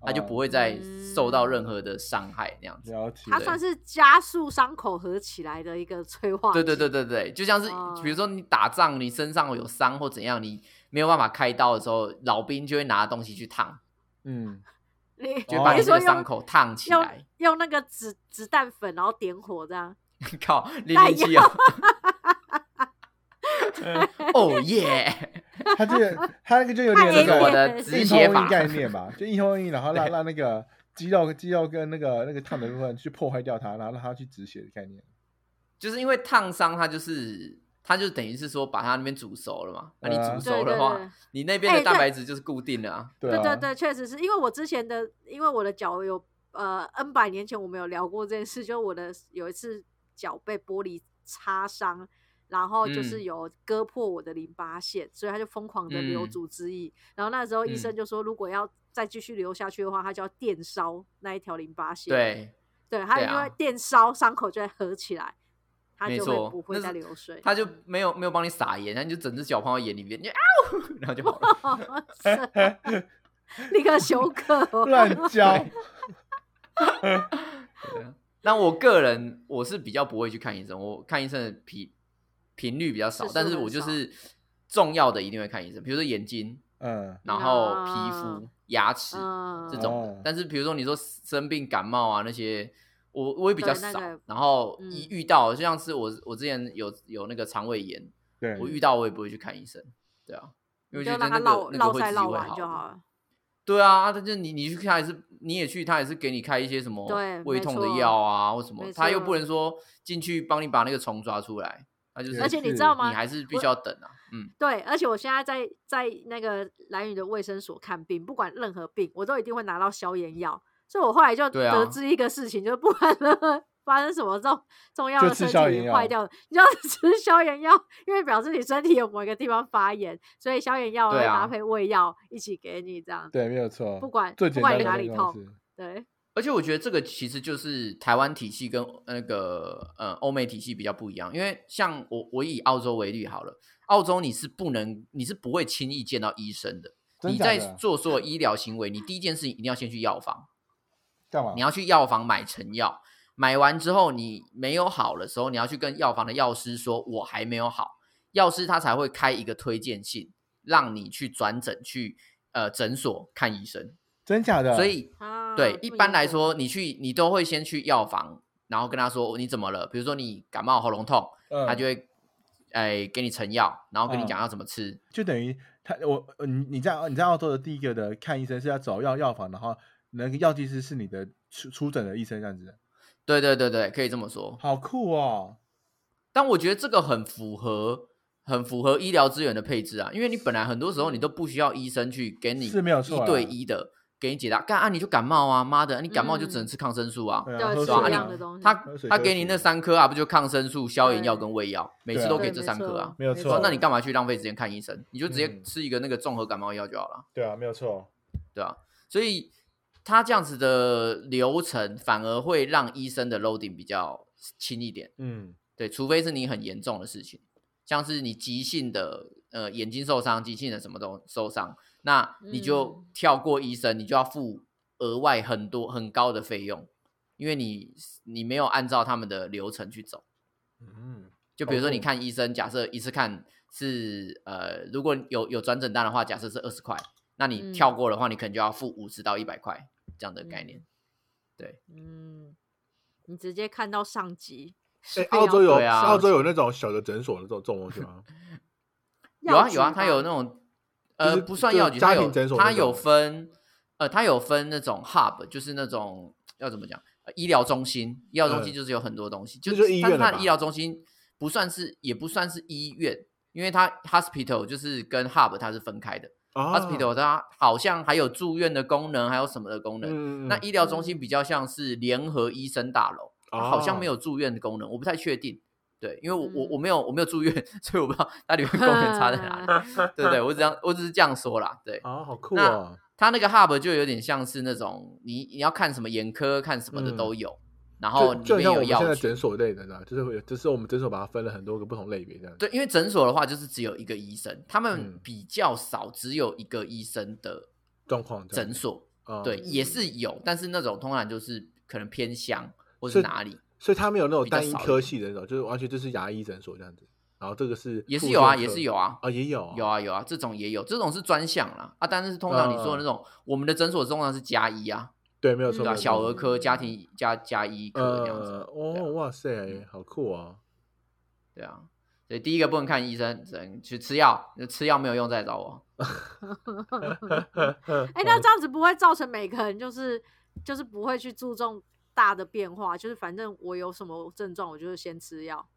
C: 它就不
D: 会
C: 会再受
B: 哦
C: 到任何的伤害，那样子。
D: 了解
B: 它。
C: 对
B: 算是加速伤口合起来的一个催化。
C: 对对对。对对，就像是
B: 哦
C: 比如说你打仗，你身上有伤或怎样，你没有办法开刀的时候，老兵就会拿东西去烫，
D: 嗯，
B: 你
C: 就会把
B: 哦你是
C: 你这
B: 说
C: 个伤
B: 用
C: 口烫起
B: 用
C: 来。
B: 用那个子子弹粉，然后点火这样？
C: 靠，零
B: 那
C: 零七哦， 哦耶！
D: 他 这个他那个就有
B: 太
D: 点那
C: 这是我
D: 个
C: 的止
D: 硬
C: 血
D: 通硬
C: 法，
D: 概念吧，就硬通硬，然后让让那个肌肉肌肉跟那个那个烫的部分去破坏掉它，然后让它去止血的概念。
C: 就是因为烫伤，它就是它就等于是说把它那边煮熟了嘛。那、
D: 对啊
C: 你煮
B: 对
C: 熟
B: 对
C: 的话
B: 对，。
C: 你那边
B: 哎
C: 的
B: 对
C: 蛋白质就是固定的啊。
D: 对
B: 对对
D: 啊，，
B: 对，确实是因为我之前的，因为我的脚有呃 N 百年前我们有聊过这件事，就我的有一次脚被玻璃擦伤，然后就是
C: 嗯
B: 有割破我的淋巴腺，所以他就疯狂的流
C: 嗯
B: 组织液，然后那时候医生
C: 嗯
B: 就说，如果要再继续流下去的话，他就要电烧那一条淋巴腺。，
C: 对，
B: 对，他
C: 对
B: 因为
C: 啊
B: 电烧伤口就会合起来，他
C: 没
B: 就会
C: 错
B: 不
C: 那
B: 会
C: 是
B: 再流水。
C: 它就没有没有帮你撒盐，那你就整只脚碰到盐里面，你就啊呜， 然后就好了。
B: 立刻休克哦
D: 乱教。
C: 对啊但我个人我是比较不会去看医生，我看医生的频频率比较少
B: 次，数
C: 但是
B: 很
C: 我就
B: 少
C: 是重要的一定会看医生，比如说眼睛，
D: 嗯，
C: 然后皮
B: 啊
C: 肤、牙齿，
B: 嗯，
C: 这种的。
D: 哦
C: 但是比如说你说生病感冒啊那些，我我也比较
B: 对那
C: 少。
B: 个
C: 然后
B: 嗯
C: 一遇到，就像是我我之前有有那个肠胃炎，
A: 嗯
D: 对
C: 我，遇到我也不会去看医生，对啊，
B: 你
C: 因为
B: 就
C: 觉
B: 让
C: 得
B: 它
C: 那
B: 绕
C: 个那个
B: 绕
C: 会
B: 再
C: 自己
B: 绕
C: 会
B: 完
C: 好
B: 就好
C: 的。
B: 了。
C: 对啊，但是你你去看也是，你也去，他也是给你开一些什么
B: 对
C: 胃
B: 没
C: 痛的
B: 错
C: 药啊，或什么
B: 没，
C: 他又
B: 错
C: 不能说进去帮你把那个虫抓出来，他就是，
B: 而且你
D: 是
B: 知道
C: 你
B: 吗？
C: 还是必须要等啊，嗯，
B: 对，而且我现在在在那个蓝宇的卫生所看病，不管任何病，我都一定会拿到消炎药。所以我后来就
C: 对啊
B: 得知一个事情，就是不管任何发生什么重重要
D: 就
B: 的
D: 吃
B: 身
D: 消
B: 体
D: 炎
B: 坏
D: 药
B: 掉了，你就要 吃消炎药，因为表示你身体有某一个地方发炎，所以消炎药会
C: 对
B: 搭
C: 啊
B: 配胃药一起给你这样。
D: 对，没有错。
B: 不管
D: 最
B: 不
D: 简
B: 管
D: 单
B: 你
D: 的
B: 哪
D: 那
B: 里
D: 种
B: 痛
D: 是
B: 对，
C: 而且我觉得这个其实就是台湾体系跟那个呃欧美体系比较不一样，因为像我我以澳洲为例好了，澳洲你是不能你是不会轻易见到医生的，
D: 真
C: 你
D: 假
C: 在
D: 的
C: 做所有医疗行为，你第一件事情一定要先去药房，
D: 干嘛？
C: 你要去药房买成药，买完之后你没有好的时候，你要去跟药房的药师说我还没有好，药师他才会开一个推荐信，让你去转诊去呃诊所看医生，
D: 真假的？
C: 所以
B: 啊，
C: 对，
B: 这
C: 一
B: 么
C: 般
B: 严
C: 来
B: 重，
C: 说，你去你都会先去药房然后跟他说你怎么了，比如说你感冒喉咙痛，
D: 嗯
C: 他就会哎给你成药，然后跟你
D: 嗯
C: 讲要怎么吃。
D: 就等于他我呃你你在你在澳洲的第一个的看医生是要找药药房，然后那个药剂师是你的出出诊的医生这样子，
C: 对对对对，可以这么说。
D: 好酷哦！
C: 但我觉得这个很符合，很符合医疗资源的配置啊，因为你本来很多时候你都不需要医生去给你
D: 是没有错
C: 一对
D: 啦
C: 一的给你解答，干啊你就感冒啊，妈的，你感冒就只能
B: 嗯
C: 吃抗生素啊。
D: 对啊，
B: 对，
D: 喝
B: 是
D: 水
C: 啊
B: 一
C: 你
B: 样的
D: 啊，
B: 东西。
C: 他
D: 喝水
C: 他
D: 喝
C: 给你
D: 水
C: 那三颗啊，不就抗生素、消炎药
B: 对
C: 跟胃药，每次
D: 对啊
C: 都
B: 对
C: 给这
B: 没
C: 三颗啊
B: 错。
A: 没有
C: 对啊
A: 错，
C: 那你干嘛去浪费时间看医生？你就直接
D: 嗯
C: 吃一个那个综合感冒药就好了。
D: 对啊，没有错，
C: 对啊，所以他这样子的流程反而会让医生的 loading 比较轻一点。
D: 嗯，
C: 对，除非是你很严重的事情，像是你急性的呃眼睛受伤、急性的什么都受伤，那你就
B: 嗯
C: 跳过医生，你就要付额外很多很高的费用，因为你你没有按照他们的流程去走。
D: 嗯，
C: 就比如说你
D: 哦
C: 看医生，假设一次看是呃，如果有有转诊单的话，假设是二十块，那你
B: 嗯
C: 跳过的话，你可能就要付五十到一百块这样的概念。
B: 嗯，你直接看到上集。
A: 哎，
B: 非
A: 澳
B: 常
A: 洲有
C: 对啊
A: 澳洲有那种小的诊所的这种这种东西吗？嗯
C: 有啊
B: 药
C: 有啊，
B: 局
C: 它
B: 吧
C: 有那种呃
A: 就是
C: 不算
A: 就是
C: 药局，
A: 家
C: 它有
A: 庭诊所
C: 它
A: 那种
C: 有分呃它有分那种 hub，就是那种要怎么讲、呃医疗中心，医疗中
A: 嗯
C: 心就是有很多东西，
A: 那
C: 就
A: 就是医
C: 但
A: 院
C: 是
A: 了
C: 它
A: 吧
C: 的医疗中心不算是也不算是医院，因为它 hospital 就是跟 hub 它是分开的。
A: 啊
C: hospital 它好像还有住院的功能，还有什么的功能。
A: 嗯，
C: 那医疗中心
B: 嗯
C: 比较像是联合医生大楼，
A: 啊
C: 它好像没
A: 有
C: 有住院的功能，我不太确定。对，因为我我
B: 嗯
C: 我没有我没有住院， 所以我不知道它里面功能差在哪 里。对对，我只这样我只是这样说啦。对，
D: 啊，好酷
C: 那
D: 哦，
C: 它那个 hub 就有点像是那种你你要看什么眼科看什么的
A: 嗯
C: 都有，然
A: 就
C: 后哦里
A: 就很
C: 面
A: 像我们
C: 有
A: 现
C: 药
A: 在
C: 局。
A: 诊所类的呢，就是会有，就是我们诊所把它分了很多个不同类别这样子。
C: 对，因为诊所的话就是只有一个医生，他们
A: 嗯
C: 比较少只有一个医生的
A: 状况这样
C: 诊
A: 子，
C: 所。
A: 嗯
C: 对，也是有，但是那种通常就是可能偏乡或是
A: 是
C: 哪里，
A: 所以它没有那种
C: 比较
A: 单一
C: 少一
A: 科
C: 点
A: 系的那种，就是完全就是牙医诊所这样子。然后这个是
C: 也是
A: 妇
C: 有啊，
A: 幼
C: 也
A: 科
C: 是有啊，
A: 啊，也有
C: 有啊有啊，这种也有，这种是专项啦啊，但是通常你
A: 嗯
C: 说的那种，我们的诊所通常是加一啊，
A: 对，没有
B: 嗯
A: 错，
C: 对
A: 没
C: 吧？
A: 有
C: 小
A: 错
C: 儿科、家庭加加医科这样
A: 呃
C: 子，对啊
A: 哦，哇塞，好酷啊！
C: 对啊，所以第一个不能看医生，只能去吃药，那吃药没有用再来找我。
B: 嗯 哎、
C: 嗯
B: 那这样子不会造成每个人就是就是不会去注重大的变化，就是反正我有什么症状，我就是先吃药。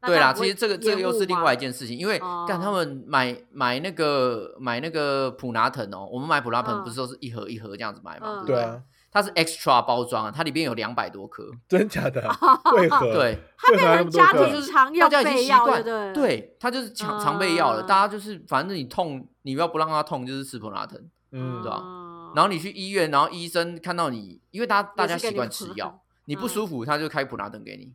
B: 那
C: 对
B: 这
C: 啦，
B: 样不会
C: 其实这个这个
B: 延
C: 又
B: 误
C: 是另
B: 吗
C: 外一件事情，因为干、他
B: 哦
C: 们买买那个买那个普拿疼哦，我们买普拿疼不是都是一盒一盒这样子买吗？
B: 嗯
C: 对不
D: 对
C: 对
D: 啊，
C: 它是 extra 包装啊，它里边有两百多颗。
D: 真假的，为何？
C: 对，
B: 他
D: 为何
A: 啊
B: 变
D: 还那
B: 成
D: 么多
B: 家
D: 克
C: 就
B: 庭
C: 是
B: 常
C: 大
B: 要
C: 家已经
B: 备
C: 习
B: 药，
C: 惯，
B: 对不对？
C: 对，它就是常常备药了。
B: 啊
C: 大家就是反正你痛，你要不让它痛，就是吃普拉疼。
D: 嗯
C: 对啊吧
B: 嗯
C: 然后你去医院，然后医生看到你，因为大家大
B: 也
C: 家
B: 是给
C: 习
B: 你
C: 惯
B: 普
C: 吃
B: 拿疼
C: 药，你不
B: 嗯
C: 舒服他就开普拉疼给你。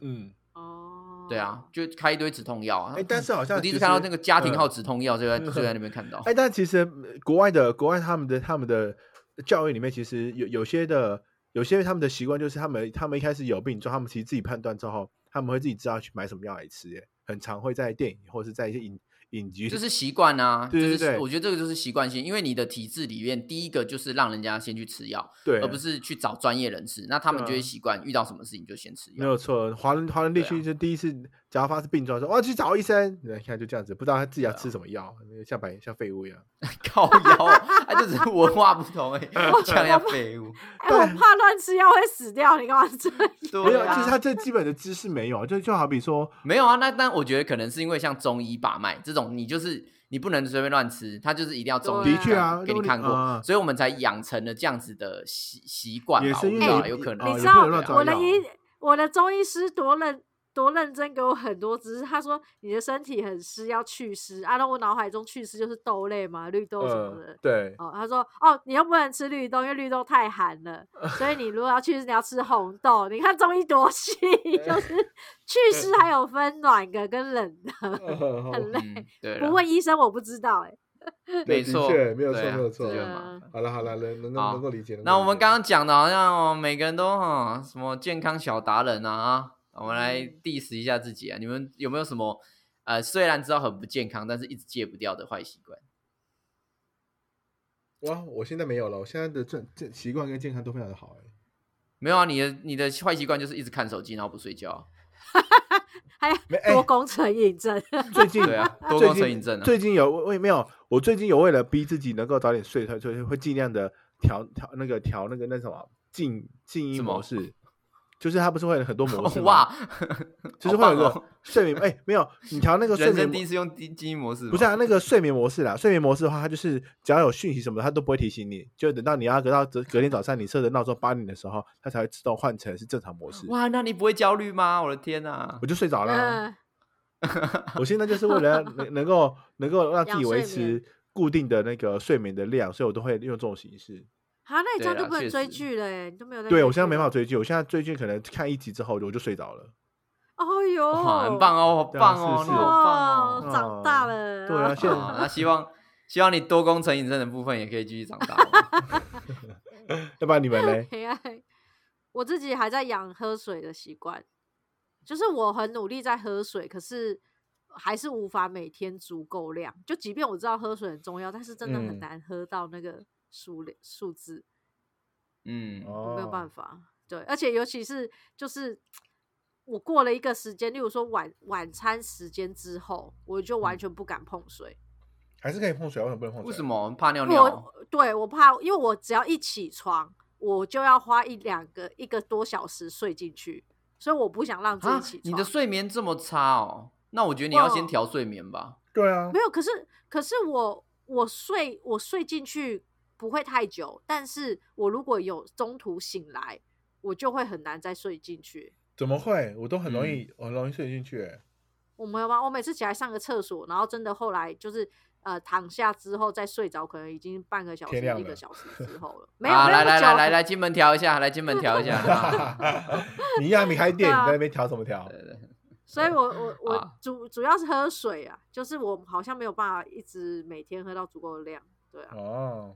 D: 嗯，
B: 哦，
C: 对啊，，就开一堆止痛药啊。
D: 哎，但是好像
C: 我第一
D: 其
C: 次看到
D: 实
C: 那个家庭
D: 嗯
C: 号止痛药就在就在那边看到。
A: 哎，但其实呃国外的国外他们的他们的教育里面，其实有有些的有些他们的习惯就是他们他们一开始有病之后，他们其实自己判断之后，他们会自己知道去买什么药来吃，哎很常会在电影或是在一些影影集，
C: 就是习惯啊，
A: 对对
C: 就
A: 对
C: 是我觉得这个就是习惯性，因为你的体制里面，第一个就是让人家先去吃药，
A: 对，
C: 而不是去找专业人士，那他们
A: 对啊
C: 就会习惯遇到什么事情就先吃
A: 没
C: 药。
A: 有错，华人华人地
C: 对啊
A: 区就第一次，只要发生病状说，我要去找医生，你看就这样子，不知道他自己要
C: 对啊
A: 吃什么药，像白像废物一样。
C: 靠腰啊，他就只是文化不同而已， 这样要废物。
B: 哎、我怕乱吃药会死掉，你干嘛这样？
A: 没有
C: 对
A: 啊，就是
C: 啊，
A: 他最基本的知识没有，就就好比说，
C: 没有啊。那但我觉得可能是因为像中医把脉这种，你就是你不能随便乱吃，他就是一定要中医
B: 对啊的确
A: 啊
C: 给你看
A: 如果你
C: 过
A: 嗯，
C: 所以我们才养成了这样子的习习惯吧。
A: 也是
C: 我
A: 因
C: 不
A: 为
C: 知道
A: 你
C: 啊有可能
A: 哦
B: 你
A: 也
B: 知
A: 不
B: 道
A: 能乱找
B: 我的
A: 药
B: 医我的中医师多认多认真给我很多知识，他说你的身体很湿，要祛湿啊。那我脑海中祛湿就是豆类嘛，绿豆什么的。
A: 呃，对，
B: 哦，他说哦，你又不能吃绿豆，因为绿豆太寒了，所以你如果要去，你要吃红豆。你看中医多细， 就是祛湿还有分暖的跟冷的，哦很累。
C: 嗯，对啦，
B: 不问医生我不知道哎、
C: 没错，
A: 对的确没有
C: 对
A: 错
C: 啊
A: 没有错
C: 这就
B: 对
C: 很麻烦
B: 啊，
A: 好了好了，能能
C: 好
A: 能够理解。能
C: 那
A: 够
C: 我
A: 理
C: 们
A: 解
C: 刚刚讲的，好像哦每个人都哈、哦什么健康小达人啊啊，我们来
B: 嗯
C: diss 一下自己啊，你们有没有什么呃，虽然知道很不健康，但是一直戒不掉的坏习惯？
A: 哇，我现在没有了，我现在的正正习惯跟健康都非常的好哎。
C: 没有啊，你的你的坏习惯就是一直看手机，然后不睡觉啊。
B: 还
A: 没哎
B: 多工程印证，
A: 最近
C: 对啊，多
A: 最
C: 功成
A: 近
C: 瘾症啊。
A: 最近有我也没有，我最近有为了逼自己能够早点睡，所以所以会尽量的调调那个调那个那什么静静音
C: 什么
A: 模式，就是它不是会有很多模式吗
C: 哇，
A: 就是会有一
C: 好棒
A: 个
C: 哦
A: 睡眠哎、没有你调那个睡眠
C: 人生第
A: 模
C: 一次用基基因模式哦吗，
A: 不是啊，那个睡眠模式啦，睡眠模式的话，它就是只要有讯息什么的，它都不会提醒你，就等到你要隔到隔隔天早上你设的闹钟八点的时候，它才会自动换成是正常模式。
C: 哇，那你不会焦虑吗？我的天呐
A: 我！就睡着了啊、
B: 嗯，
A: 我现在就是为了要能能够能够让自己
B: 养
A: 维
B: 睡眠
A: 持固定的那个睡眠的量，所以我都会用这种形式。
B: 好，那你这
C: 对
B: 样就
C: 啦
B: 不能
C: 确
B: 追
C: 实
B: 剧了欸耶，你都没有在。
A: 对我现在没办法。追剧，我现在追剧可能看一集之后我就睡着了。
B: 哦哟，
C: 哇，很棒哦，好
A: 对啊
C: 棒哦，
A: 是是
C: 你好棒哦！
A: 哦
B: 长大了。？
A: 对啊，现在
C: 啊，那希望希望你多功成瘾症的部分也可以继续长大哦。
A: 要不然你们嘞
B: 黑暗。哎我自己还在养喝水的习惯，就是我很努力在喝水，可是还是无法每天足够量。就即便我知道喝水很重要，但是真的很
A: 嗯
B: 难喝到那个数量数字，
C: 嗯，
A: 哦，
B: 没有办法。对，而且尤其是就是我过了一个时间，例如说晚晚餐时间之后，我就
A: 嗯
B: 完全不敢碰水。
A: 还是可以碰水啊，为什么不能碰水？
C: 为什？么怕尿哦尿？
B: 我对我怕，因为我只要一起床，我就要花一两个一个多小时睡进去，所以我不想让自己
C: 啊
B: 起，
C: 你
B: 床。嗯
C: 的睡眠这么差哦，那我觉得你要先调睡眠吧。
A: 对啊
B: 没，有，可是可是我我睡我睡进去不会太久，但是我如果有中途醒来，我就会很难再睡进去。
A: 怎么会？我都很容易，
C: 嗯
A: 我很容易睡进去欸。
B: 我没有办法，我每次起来上个厕所，然后真的后来就是呃躺下之后再睡着，可能已经半个小时、
A: 天亮
B: 一个
A: 了
B: 小时之后 了。没有，
C: 啊，
B: 没有
C: 来
B: 那么
C: 来来
B: 久
C: 来来，金门调一下，来金门调一下。啊
A: 你让你开店，
B: 对啊
A: 你在那边调什么调？
C: 对对
B: 所以我我我
C: 啊
B: 主主要是喝水啊，就是我好像没有办法一直每天喝到足够的量，对啊，
A: 哦，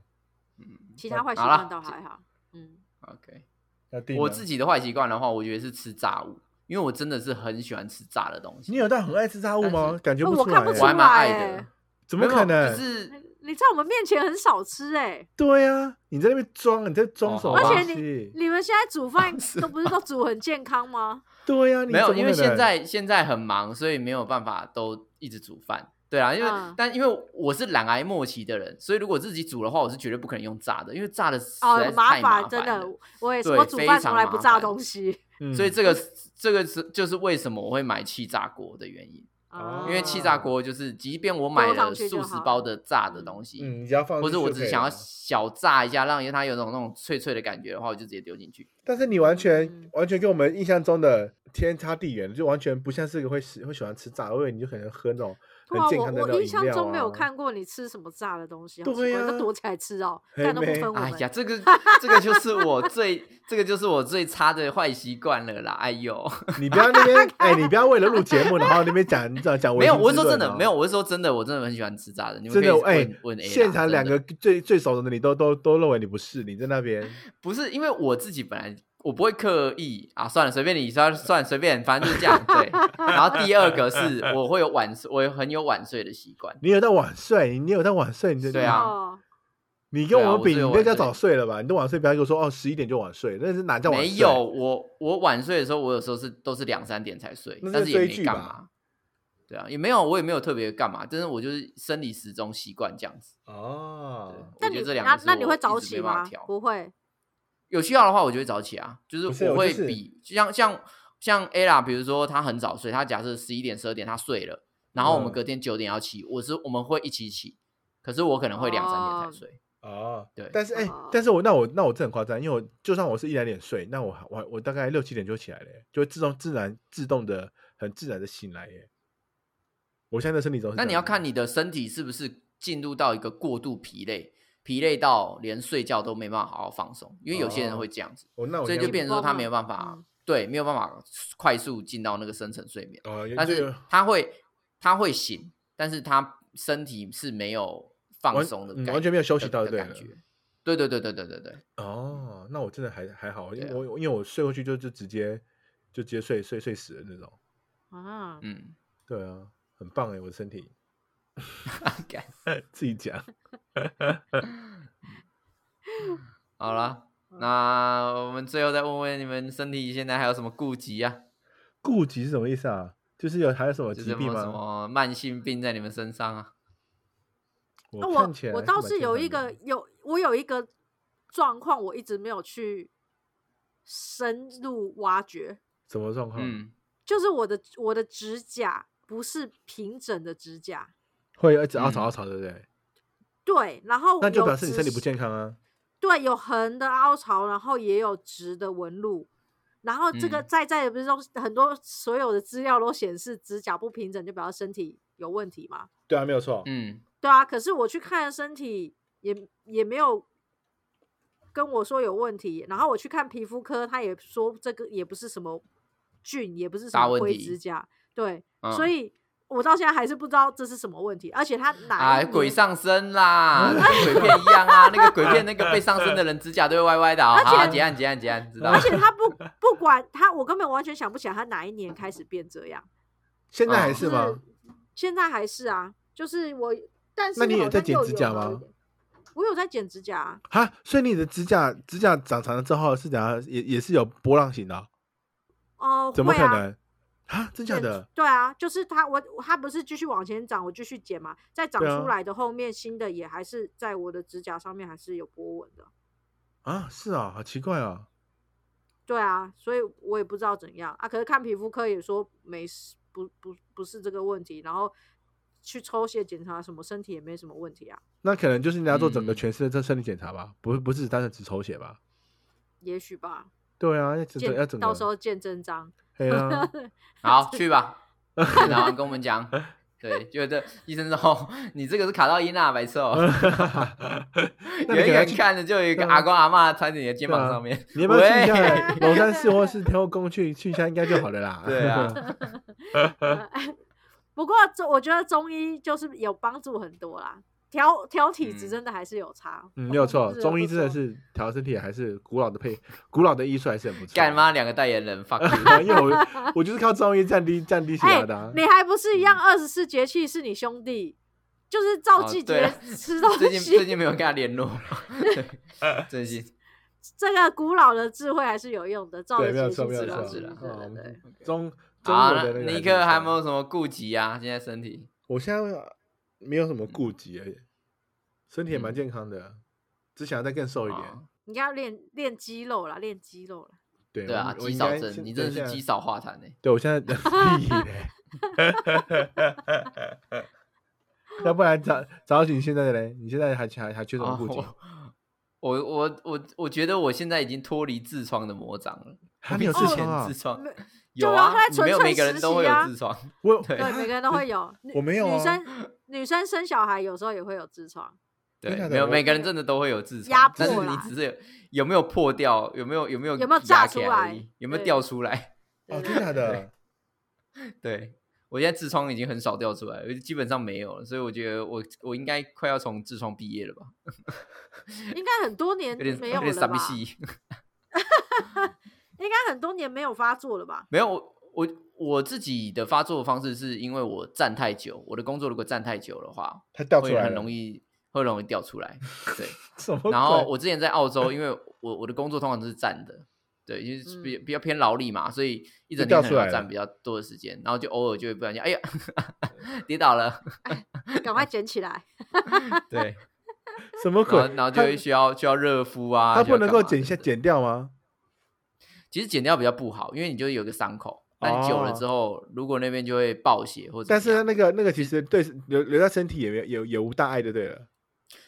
C: 嗯
B: 其他坏习
C: 好啦
B: 惯倒
C: 这
B: 还好，嗯，
C: ，OK。
A: 要定
C: 我
A: 呢
C: 自己的坏习惯的话，我觉得是吃炸物，因为我真的是很喜欢吃炸的东西。
A: 你有到很爱吃炸物
C: 但
A: 吗
C: 是？
A: 感觉
B: 哦
A: 不
B: 我
A: 出
B: 看不
A: 来
C: 我
A: 欸，
C: 还
B: 出
C: 蛮
B: 来
C: 爱
B: 欸
C: 的，
A: 怎么
C: 没有
A: 可能？
C: 就是
B: 你在我们面前很少吃哎、
C: 嗯
A: 对啊，你在那边装，你在装
C: 哦
A: 什么
C: 好吧
A: 东
B: 而且
A: 西？
B: 你们现在 煮饭
C: 是
B: 都不是都煮很健康吗？
A: 对啊，你
C: 没有，
A: 怎么
C: 因为
A: 可
C: 现
A: 能
C: 在现在很忙，所以没有办法都一直煮饭。对啊，因为、
B: 嗯
C: 但因为我是懒癌末期的人，所以如果自己煮的话，我是绝对不可能用炸的，因为炸的实
B: 哦，很
C: 在是
B: 烦，
C: 太麻
B: 真
C: 了
B: 的。，我也是，
C: 对
B: 我煮
C: 非
B: 饭
C: 常
B: 从来不
C: 麻
B: 炸
C: 烦
B: 东西
A: 嗯
C: 所以这个这个是就是为什么我会买气炸锅的原因，
A: 哦
C: 因为气炸锅就是即便我买
B: 丢上
C: 了
B: 去就
C: 数十
B: 好了
C: 包的炸的东西，
A: 嗯，你只要放
C: 或
A: 进
C: 者
A: 去
C: 我
A: 就
C: 只
A: 可
C: 是
A: 以
C: 想要
A: 了
C: 小炸一下，让它有种那种脆脆的感觉的话，我就直接丢进去。
A: 但是你完全、
B: 嗯
A: 完全跟我们印象中的天差地远，就完全不像是一个会喜会喜欢吃炸的，因为你就可能喝那种
B: 对啊，
A: 很健康的
B: 我
A: 那种
B: 我印
A: 饮
B: 象
A: 料
B: 中没有
A: 啊
B: 看过你吃什么炸的东 西，好奇
A: 对
B: 怪
A: 啊
B: 都躲起来吃哦，
A: 嘿
B: 但都不
A: 妹
B: 分我
C: 哎
B: 们。
C: 呀，这个这个就是我最这个就是我最差的坏习惯了啦！哎呦，
A: 你不要那边 哎、你不要为了录节目，然后那边讲讲讲
C: 没有，我
A: 是
C: 是说真的，没有，。我是说真的，我真的很喜欢吃炸的。你们
A: 哦真的
C: 可以
A: 哎、
C: 问问 A 啦
A: 现场两个
C: 真的
A: 最最熟的你都都都认为你不是，你在那 边
C: 不是因为我自己本来我不会刻意啊，算了，随便你算算随便，反正就是这样对。然后第二个是我会有晚睡，我有很有晚睡的习惯。
A: 你有在晚睡，你有在晚睡，你就
C: 对啊
B: 哦，
A: 你跟
C: 对啊
A: 我们
C: 我
A: 比，
C: 是有
A: 你那
C: 晚
A: 叫
C: 睡
A: 早睡了吧？你都晚睡，不要跟我说哦，十一点就晚睡，那是哪叫晚睡？
C: 没有，我我晚睡的时候，我有时候是都是两三点才睡
A: 那，是
C: 但是也
A: 追
C: 没
A: 剧
C: 干
A: 吧
C: 嘛。对啊，也没有，我也没有特别干嘛，但是我就是生理时钟习惯这样子。对
A: 哦，
C: 我
B: 那
C: 觉
B: 你
C: 得这两
B: 那
C: 个是
B: 那你
C: 我
B: 会
C: 一
B: 早
C: 直
B: 起
C: 没办法
B: 吗
C: 调？
B: 不会，
C: 有需要的话，我就会早起啊，就是
A: 不是
C: 我
A: 我
C: 会
A: 就是
C: 比就像像像 Ella，比如说她很早睡，她假设十一点十二点她睡了，然后我们
A: 嗯
C: 隔天九点要起，我是我们会一起起，可是我可能会两三点
B: 哦
C: 才睡。
A: 哦，
C: 对
A: 但是哎、
B: 哦
A: 但是我那我那我这很夸张，因为我就算我是一两点睡，那我我我大概六七点就起来了耶，就会自动自然自动的很自然的醒来耶。我现在的身体中，
C: 那你要看
A: 你，
C: 你的身体是不是进入到一个过度疲累，疲累到连睡觉都没办法好好放松，因为有些人会这样子，
A: 我哦那我
C: 所以
A: 现在
C: 就变成说他没有办法、
B: 嗯
C: 对没有办法快速进到那个深层睡眠。
A: 哦，有
C: 但
A: 就是
C: 他会他会醒，但是他身体是没有放
A: 完
C: 松的
A: 嗯
C: 感
A: 完全没有休息
C: 的
A: 到
C: 的
A: 对
C: 感
A: 了
C: 觉。对对对对对对对，
A: 哦，那我真的还还好，因
C: 对
A: 为
C: 啊
A: 我、因为我睡过去就就直接就直接睡睡睡死的那种。
B: 啊，
C: 嗯，
A: 对啊，很棒哎，我的身体
C: 干
A: 自己讲。
C: 好了，
B: 嗯
C: 那我们最后再问问你们身体现在还有什么顾忌啊？
A: 顾及是什么意思啊？就是有还有什么
C: 就
A: 疾
C: 是有没
A: 病
C: 有什
A: 吗？
C: 么慢性病在你们身上啊？
A: 我
B: 那
A: 看
B: 哦我
A: 起来
B: 我
A: 是
B: 倒
A: 蛮
B: 是
A: 健
B: 有
A: 康
B: 一
A: 的
B: 个有我有一个状况，我一直没有去深入挖掘，
A: 什么状况？
C: 嗯，
B: 就是我的我的指甲不是平整的指甲，
A: 会一直凹槽
C: 嗯
A: 凹槽，对不对？
B: 对，然后
A: 那就
B: 有
A: 表示你
B: 直
A: 身体不健康啊。
B: 对，有横的凹槽，然后也有直的纹路。然后这个
C: 嗯
B: 在在也不是说很多所有的资料都显示指甲不平整就表示身体有问题嘛？
A: 对啊，没有错。
C: 嗯，
B: 对啊，可是我去看身体也也没有跟我说有问题，然后我去看皮肤科，他也说这个也不是什么菌，也不是什
C: 大
B: 么
C: 问
B: 灰
C: 题
B: 指甲，对，
C: 嗯
B: 所以我到现在还是不知道这是什么问题，而且他哪
C: 啊，
B: 一
C: 鬼
B: 年
C: 上身
A: 嗯
C: 啦，跟鬼片一样啊，那个鬼片那个被上身的人指甲都会歪歪的啊。
B: 而且
C: 好，结案结案结案，知道
B: 而
C: 了。
B: 且他不不管他，我根本完全想不起来他哪一年开始变这样。
A: 现在
C: 嗯
A: 还
B: 就是
A: 吗？？
B: 现在还是啊，就是我，但是
A: 那你有
B: 好像
A: 在剪
B: 又
A: 指甲
B: 有了
A: 吗
B: 一点？我有在剪指甲、啊，
A: 哈，所以你的指甲指甲长长了之后是怎样？也也是有波浪形的啊、
B: 哦、
A: 怎么
B: 会
A: 可
B: 啊？
A: 能？啊，真假
B: 剪
A: 的？
B: 对啊，就是它，我它不是继续往前长，我继续剪嘛，再长
A: 对啊
B: 出来的后面新的也还是在我的指甲上面还是有波纹的，
A: 啊，是啊，好奇怪啊。
B: 对啊，所以我也不知道怎样啊。可是看皮肤科也说没事，不不不是这个问题，然后去抽血检查什么，身体也没什么问题啊，
A: 那可能就是你要做整个
C: 嗯
A: 全身的这生理检查吧，不是不是单纯只抽血吧？
B: 也许吧，
A: 对啊，要整
B: 见
A: 个要整个。
B: 到时候见真章。
A: 对啊，
C: 好，去吧，检查完跟我们讲。对，觉得医生说 你这个是卡到音啊，白痴哦。
A: 那你
C: 远
A: 给他
C: 远
A: 去
C: 看着就有一
A: 对
C: 个
A: 啊啊
C: 阿公阿妈踩在你的肩膀上面。
A: 你要不要去一
C: 喂
A: 下龙山寺或是天后宫去去一下，应该就好了啦。
C: 对啊，
B: 不过这我觉得中医就是有帮助很多啦，调调体质
C: 嗯
B: 真的还是有差。
A: 嗯，没有错，
B: 不得
A: 中医
B: 不
A: 真的
B: 说
A: 是调身体还是古老的配，古老的医术还是很不错。
C: 干？妈两个代言人，fuck you。
A: 因为我我就是靠中医降低降低血
B: 哎、
A: 压的、啊。
B: 你还不是一样？二十四节气是你兄弟，就是照
C: 嗯哦
B: 季
C: 对
B: 节
C: 啊
B: 吃东
C: 最近最
B: 西。
C: 近没有跟 他联络，对，最近
B: 这个古老的智慧还是有用的，照
A: 对
B: 着
A: 没有
B: 节
A: 错
B: 气
A: 没有
B: 吃东
C: 错
B: 西。
C: 是啦
B: 对
A: 哦
B: 对对，
A: 中
C: 好
A: 中
C: 啊
A: 国的
C: 那
A: 那个
C: 尼
A: 还
C: 克
A: 是
C: 还有
A: 不
C: 没
A: 错
C: 有什么顾忌啊？现在身体
A: 我现在没有什么顾忌而已，身体也
C: 嗯
A: 蛮健康的，只想要再更瘦一点。
C: 啊
B: 你要练练肌肉啦，练肌肉啦。
A: 对
C: 对啊，
A: 我我
C: 肌
A: 应
C: 少
A: 该
C: 症，
A: 现
C: 你真的
A: 对
C: 是肌
A: 现在
C: 少化痰呢。欸
A: 对我现在屁嘞，要不然找找起你现在的嘞，你现在还还还缺什么
C: 哦
A: 顾忌？
C: 我我我我我觉得我现在已经脱离痔疮的魔掌了。
A: 还
C: 我
A: 没
C: 以
A: 有痔
C: 前
A: 疮啊
C: 痔？疮
B: 没
C: 有
B: 对啊
C: 啊
B: 他在，
C: 你没有
B: 纯粹
C: 每个人都会
B: 实习
C: 有
B: 啊
C: 痔疮。
A: 我
C: 对
B: 对，每个人都会 有。女
A: 我没有啊
B: 女生女生生小孩有时候也会有痔疮。
A: 真
C: 对，
A: 的
C: 没有
A: 我
C: 每个人真的都会有痔
B: 压
C: 疮，但是
B: 迫
C: 你
B: 啦
C: 只是有有没有破掉，有没有有没有
B: 有没有
C: 压
B: 炸
C: 起
B: 出
C: 而
B: 来
C: 已有没有
B: 对
C: 掉出来？
B: 对
A: 哦，
B: 对
A: 真的假的？
C: 对我现在痔疮已经很少掉出来，基本上没有了，所以我觉得我我应该快要从痔疮毕业了吧？
B: 应该很多年
C: 有点
B: 没
C: 有
B: 有
C: 点
B: 了
C: 傻逼
B: 吧？
C: 戏。
B: 应该很多年没有发作了吧？
C: 没有，我我我自己的发作方式是因为我站太久，我的工作如果站太久的话，
A: 它掉出
C: 会
A: 来
C: 很
A: 了
C: 容易会容易掉出来。对，
A: 什么鬼？
C: 然后我之前在澳洲，因 为我我的工作通常都是站的，对，因为是比比较偏劳力嘛，所以一整
A: 嗯就掉
C: 天可
A: 出来
C: 能要
A: 了
C: 站比较多的时间，然后就偶尔就会不 小心，哎呀，跌倒了，
B: 赶快捡起来。
C: 对，
A: 什么
C: 然
A: 鬼
C: 后？然后就会需要需要热敷啊，
A: 它
C: 需要
A: 不能
C: 干
A: 够
C: 嘛
A: 剪
C: 的
A: 下剪掉吗？
C: 其实剪掉比较不好，因为你就有一个伤口，但久了
A: 哦
C: 之后，如果那边就会爆血或者怎么样，
A: 但是它那个那个其实对留留在身体也没有也也无大碍的，对了。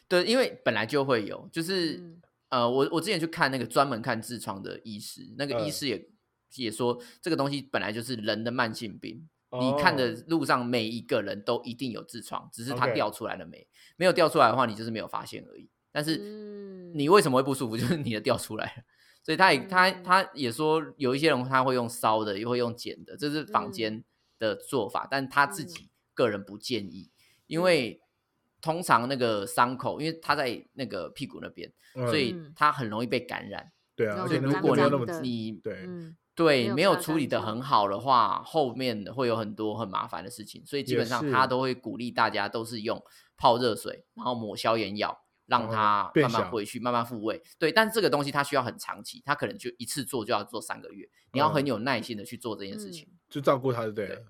C: 对，因为本来就会有，就是、
B: 嗯
C: 呃，我我之前去看那个专门看痔疮的医师，那个医
A: 嗯
C: 师也、也说这个东西本来就是人的慢性病。你看的
A: 哦
C: 路上每一个人都一定有痔疮，只是它
A: OK
C: 掉出来了没没有掉出来的话，你就是没有发现而已。但是
B: 嗯，
C: 你为什么会不舒服？ 就是你的掉出来了。所以他也他
B: 嗯
C: 他也说，有一些人他会用烧的，也会用剪的，这是坊间的做法，但他自
B: 嗯
C: 己个人不建议，因为通常那个伤口，因为他在那个屁股那边，
A: 嗯
C: 所以
B: 嗯
C: 它很容易被感染。
A: 对啊，
B: 嗯
A: 而
C: 所
A: 且
C: 以
A: 那
B: 对
C: 如
A: 个
B: 感
C: 果
A: 过没有
B: 染
A: 那么
B: 的
C: 你
A: 对，
B: 嗯，没
C: 对
B: 有
C: 没有
B: 擦
C: 处
B: 干
C: 理的
B: 净
C: 很好的话，后面会有很多很麻烦的事情。所以基
A: 也
C: 本上他
A: 是
C: 都会鼓励大家都是用泡热水，然后抹消炎药，让它
A: 哦变
C: 慢慢
A: 小
C: 回去，慢慢复位。对，但这个东西它需要很长期，它可能就一次做就要做三个月，你要很
A: 嗯
C: 有耐心的去做这件事情。
A: 就照顾他就对了。
C: 对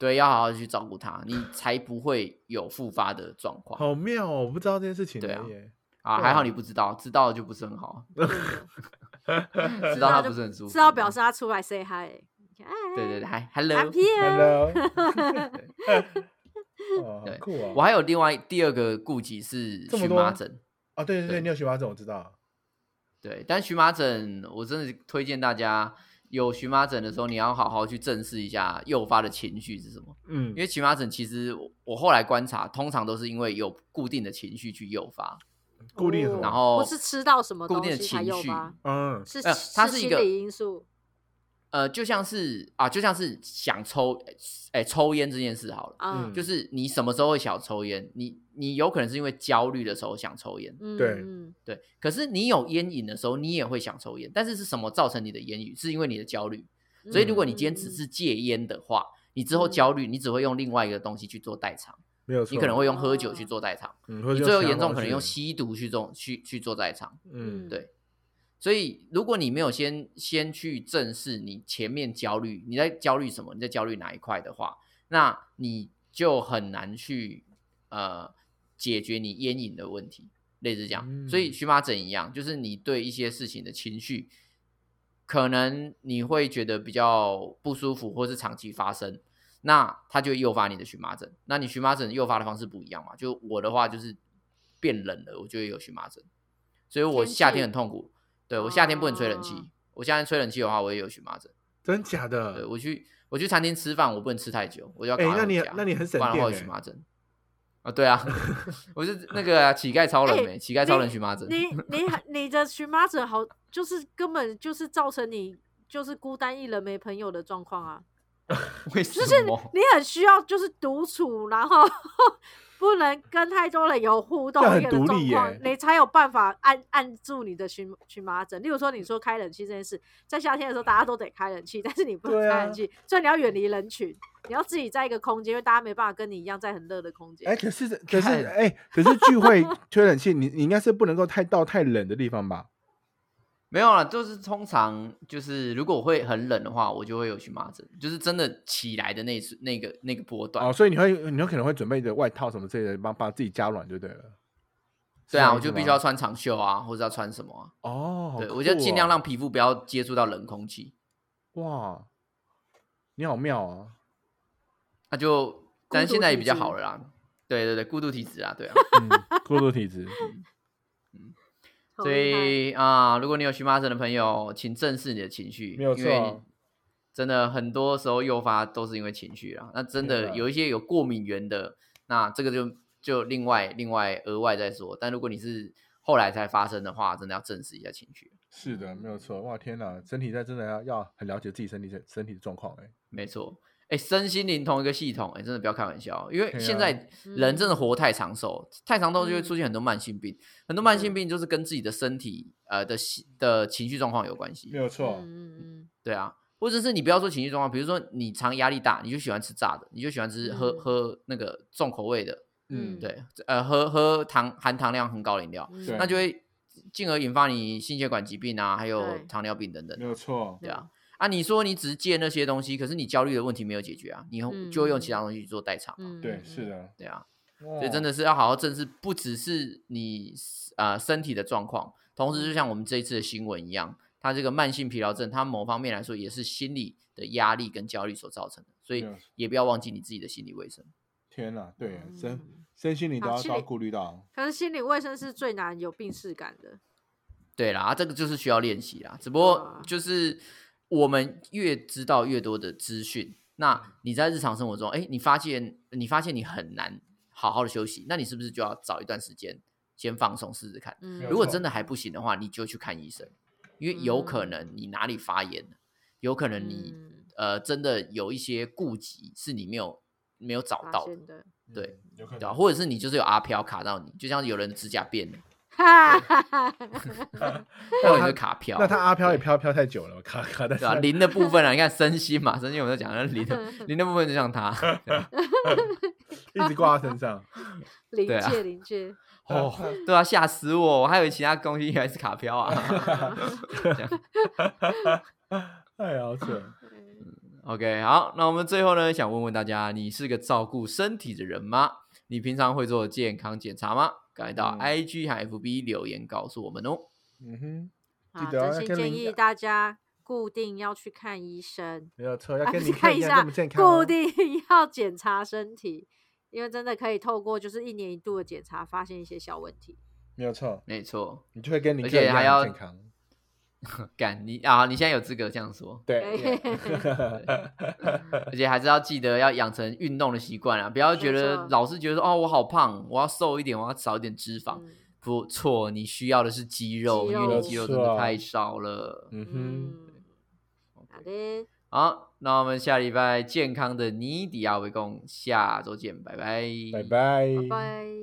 C: 对，要好好地去照顾它，你才不会有复发的状况
A: 好妙哦，我不知道这件事情
C: 对啊
A: 的耶。
C: 啊。
A: 对
C: 还好
A: 啊
C: 你不知道，知道就不是 很好，
B: 真的
C: 知道它
B: 就
C: 不是很舒
B: 嗯
C: 服。嗯
B: 知道表示他出来 say hi，哎
C: 对对对还
B: ，I'm
C: ，Hello。
B: here，
A: Hello，哦，好
C: 对
A: 酷啊！
C: 我还有另外第二个顾忌是
A: 这么
C: 荨
A: 多
C: 麻疹，
A: 哦，对对对，
C: 对
A: 你有荨麻疹，我知道。
C: 对，但荨麻疹我真的是推荐大家有荨麻疹的时候，你要好好去正视一下诱发的情绪是什么。
A: 嗯
C: 因，为荨麻疹其实我我后来观察，通常都是因为有固定的情绪去诱发，
A: 固定的什
B: 哦
A: 么
C: 然后
B: 不是吃到什么
C: 固
B: 东
C: 定的
B: 西才
C: 情
B: 有
C: 绪，
B: 吧？
A: 嗯，
B: 是
C: 呃它是一
B: 心
C: 个
B: 理因素，
C: 呃，就像是啊，就像是想抽，哎、抽烟这件事好了，
B: 啊
A: 嗯，
C: 就是你什么时候会想抽烟？你你有可能是因为焦虑的时候想抽烟，
B: 嗯
A: 对
B: 嗯
C: 对。可是你有烟瘾的时候，你也会想抽烟，但是是什么造成你的烟瘾？是因为你的焦虑。所以如果你今天只是戒烟的话，你之后
B: 嗯
C: 焦虑，你只会用另外一个东西去做代偿，
A: 没有错。
C: 你可能会用喝酒去
B: 哦
C: 做代偿，
A: 嗯，或者
C: 你
A: 用
C: 最后
A: 其他
C: 严重
A: 方
C: 可能
A: 式
C: 用吸毒去做去去做代偿。
A: 嗯，
B: 嗯
C: 对所以，如果你没有先先去正视你前面焦虑，你在焦虑什么，你在焦虑哪一块的话，那你就很难去呃解决你烟瘾的问题，类似这样。所以
A: 嗯
C: 荨麻疹一样，就是你对一些事情的情绪，可能你会觉得比较不舒服，或是长期发生，那它就会诱发你的荨麻疹。那你荨麻疹诱发的方式不一样嘛？就我的话就是变冷了，我就会有荨麻疹，所以我
B: 天
C: 夏
B: 气
C: 天很痛苦。对我夏天不能吹冷气，
B: 哦
C: 我夏天吹冷气的话，我也有荨麻疹。
A: 真假
C: 对
A: 的？
C: 我去我去餐厅吃饭，我不能吃太久，我就要
A: 哎
C: 赶快
A: 那
C: 回
A: 你
C: 家
A: 那你很省
C: 不然的话
A: 电
C: 有
A: 哎
C: 荨麻疹。啊，对啊， 我是那个啊乞丐超人
B: 哎
C: 没、乞丐超
B: 你
C: 人荨麻疹。
B: 你你很你的荨麻疹好，就是根本就是造成你就是孤单一人没朋友的状况啊，
C: 为什
B: 就是
C: 么？
B: 你很需要就是独处，然后不能跟太多人有互动
A: 要很
B: 一个的
A: 独
B: 状
A: 立
B: 况
A: 耶，
B: 你才有办法按按住你的荨荨麻疹。例如说，你说开冷气这件事，在夏天的时候大家都得开冷气，但是你不能
A: 对啊
B: 开冷气，所以你要远离人群，你要自己在一个空间，因为大家没办法跟你一样在很热的空间。
D: 哎，可是可是
C: 看
D: 哎，可是聚 会吹冷气，你你应该是不能够太到太冷的地方吧？
C: 没有啦，就是通常就是如果我会很冷的话，我就会有荨麻疹，就是真的起来的那一瞬那个那个波段。
D: 哦，所以你会你有可能会准备着外套什么之类的，帮把自己加暖就对了。是
C: 对啊，
D: 这
C: 我
D: 样子
C: 就必须
D: 吗
C: 要穿长袖啊，或者要穿什么啊、
D: 哦，好
C: 对，我就
D: 酷
C: 尽量
D: 哦
C: 让皮肤不要接触到冷空气，
D: 哇，你好妙 啊！
C: 那就但
B: 孤
C: 现
B: 独
C: 在也
B: 体
C: 比较
B: 质
C: 好了啦。对对对，过度体质啊，对啊。
D: 嗯，过度体质，
B: 好
C: 所
B: 厉害
C: 以啊、如果你有荨麻疹的朋友，请正视你的情绪，
A: 没有
C: 因为
A: 错
C: 你真的很多时候诱发都是因为情绪啦。那
A: 真
C: 真的
A: 的
C: 有一些有过敏源的，那这个就就另外另外额外再说。但如果你是后来才发生的话，真的要正视一下情绪。
D: 是的，没有错。哇，天哪，身体在真的要要很了解自己身体的身体的状况哎、
C: 没错，哎，身心灵同一个系统，哎，真的不要开玩笑，因为
D: 对啊
C: 现在
B: 嗯
C: 人真的活太长寿，太长寿就会出现很多慢性病，很多慢性病就是跟自己的身体呃的系的情绪状况有关系。
D: 没有错。
B: 嗯嗯
C: 对啊，或者是你不要说情绪状况，比如说你常压力大，你就喜欢吃炸的，你就喜欢吃喝、
B: 嗯
C: 喝那个重口味的，
B: 嗯嗯，
C: 对，呃，喝喝糖含糖量很高的饮料，
B: 嗯
D: 对
C: 那就会进而引发你心血管疾病啊，还有
B: 对
C: 糖尿病等等
D: 没。有错。
C: 对啊，啊，你说你只是戒那些东西，可是你焦虑的问题没有解决啊，你用就会用其他东西去做代偿啊、
B: 嗯，
D: 对，
B: 嗯
D: 是，的，
C: 对啊，
D: 所
C: 所以
A: 嗯
C: 真的是要好好正视，不只是你呃身体的状况，同时就像我们这一次的新闻一样，它这个慢性疲劳症，它某方面来说也是心理的压力跟焦虑所造成的，所以
D: Yes
C: 也不要忘记你自己的心理卫生。
D: 天哪，对
B: 嗯
D: 身身心灵都
B: 好
D: 要
B: 心
D: 都要
B: 理
D: 顾虑到。哦
B: 可是心理卫生是最难有病视感的。
C: 对啦，啊这个就是需要练习啦。只不过
B: 啊
C: 就是我们越知道越多的资讯，那你在日常生活中，哎，你发现你发现你很难好好的休息，那你是不是就要找一段时间先放松试试看？
B: 嗯
D: 没有
C: 如果
D: 错
C: 真的还不行的话，你就去看医生，因为有可
B: 嗯
C: 能你哪里发炎了，有可能你、
B: 嗯
C: 呃真的有一些顾忌是你没有没有找
B: 发
C: 到的，
B: 现的，
C: 对
D: 嗯有可
C: 对吧、啊
D: 能
C: 或者是你就是有阿飘卡到你，就像有人指甲变了，
B: 哈哈哈哈
C: 或者是卡飘。
A: 那他阿飘也
C: 对
A: 飘飘太久了，卡卡 在
C: 对吧、
A: 上。
C: 零的部分啊，你看身心嘛，身心我们都讲了，零的零的部分就像 他，
A: 一直挂在身上。
B: 临
C: 对啊
B: 界临界，
C: 哦，对啊，吓死我！我还以为其他东西原来是卡飘啊。
A: 哎呀，好扯。
B: 嗯
C: OK，好，那我们最后呢，想问问大家，你是个照顾身体的人吗？你平常会做健康检查吗？赶快到
A: 嗯
C: IG 和 FB 留言告诉我们哦。
A: 嗯哼，记
B: 啊，
A: 得要
B: 真心
A: 跟
B: 建
A: 领
B: 议
A: 养
B: 大家固定要去看医生。
A: 没有错，要
B: 啊
A: 跟
B: 不
A: 你
B: 是看
A: 一
B: 一
A: 样
B: 下
A: 这么健康哦。
B: 固定 要检查身体，因为真的可以透过就是一年一度的检查，发现一些小问题。
A: 没有错，
C: 没错，
A: 你就会跟林
C: 而
A: 克一
C: 且还
A: 样
C: 要
A: 健康。
C: 干你啊！你现在有资格这 样说，
A: 对，
C: 而且还是要记得要养成运动的习惯啊，不要觉
B: 没
C: 得
B: 错
C: 老是觉得说哦，我好胖，我要瘦一点，我要少一点脂肪。
B: 嗯
C: 不错，你需要的是肌肉，
B: 肌
C: 因为
B: 肉
C: 你肌肉真的太少了。
A: 嗯哼，
B: 嗯，好的，
C: 好，那我们下礼拜健康的尼迪亚维共，下周见，拜拜，
A: 拜拜，
B: 拜拜。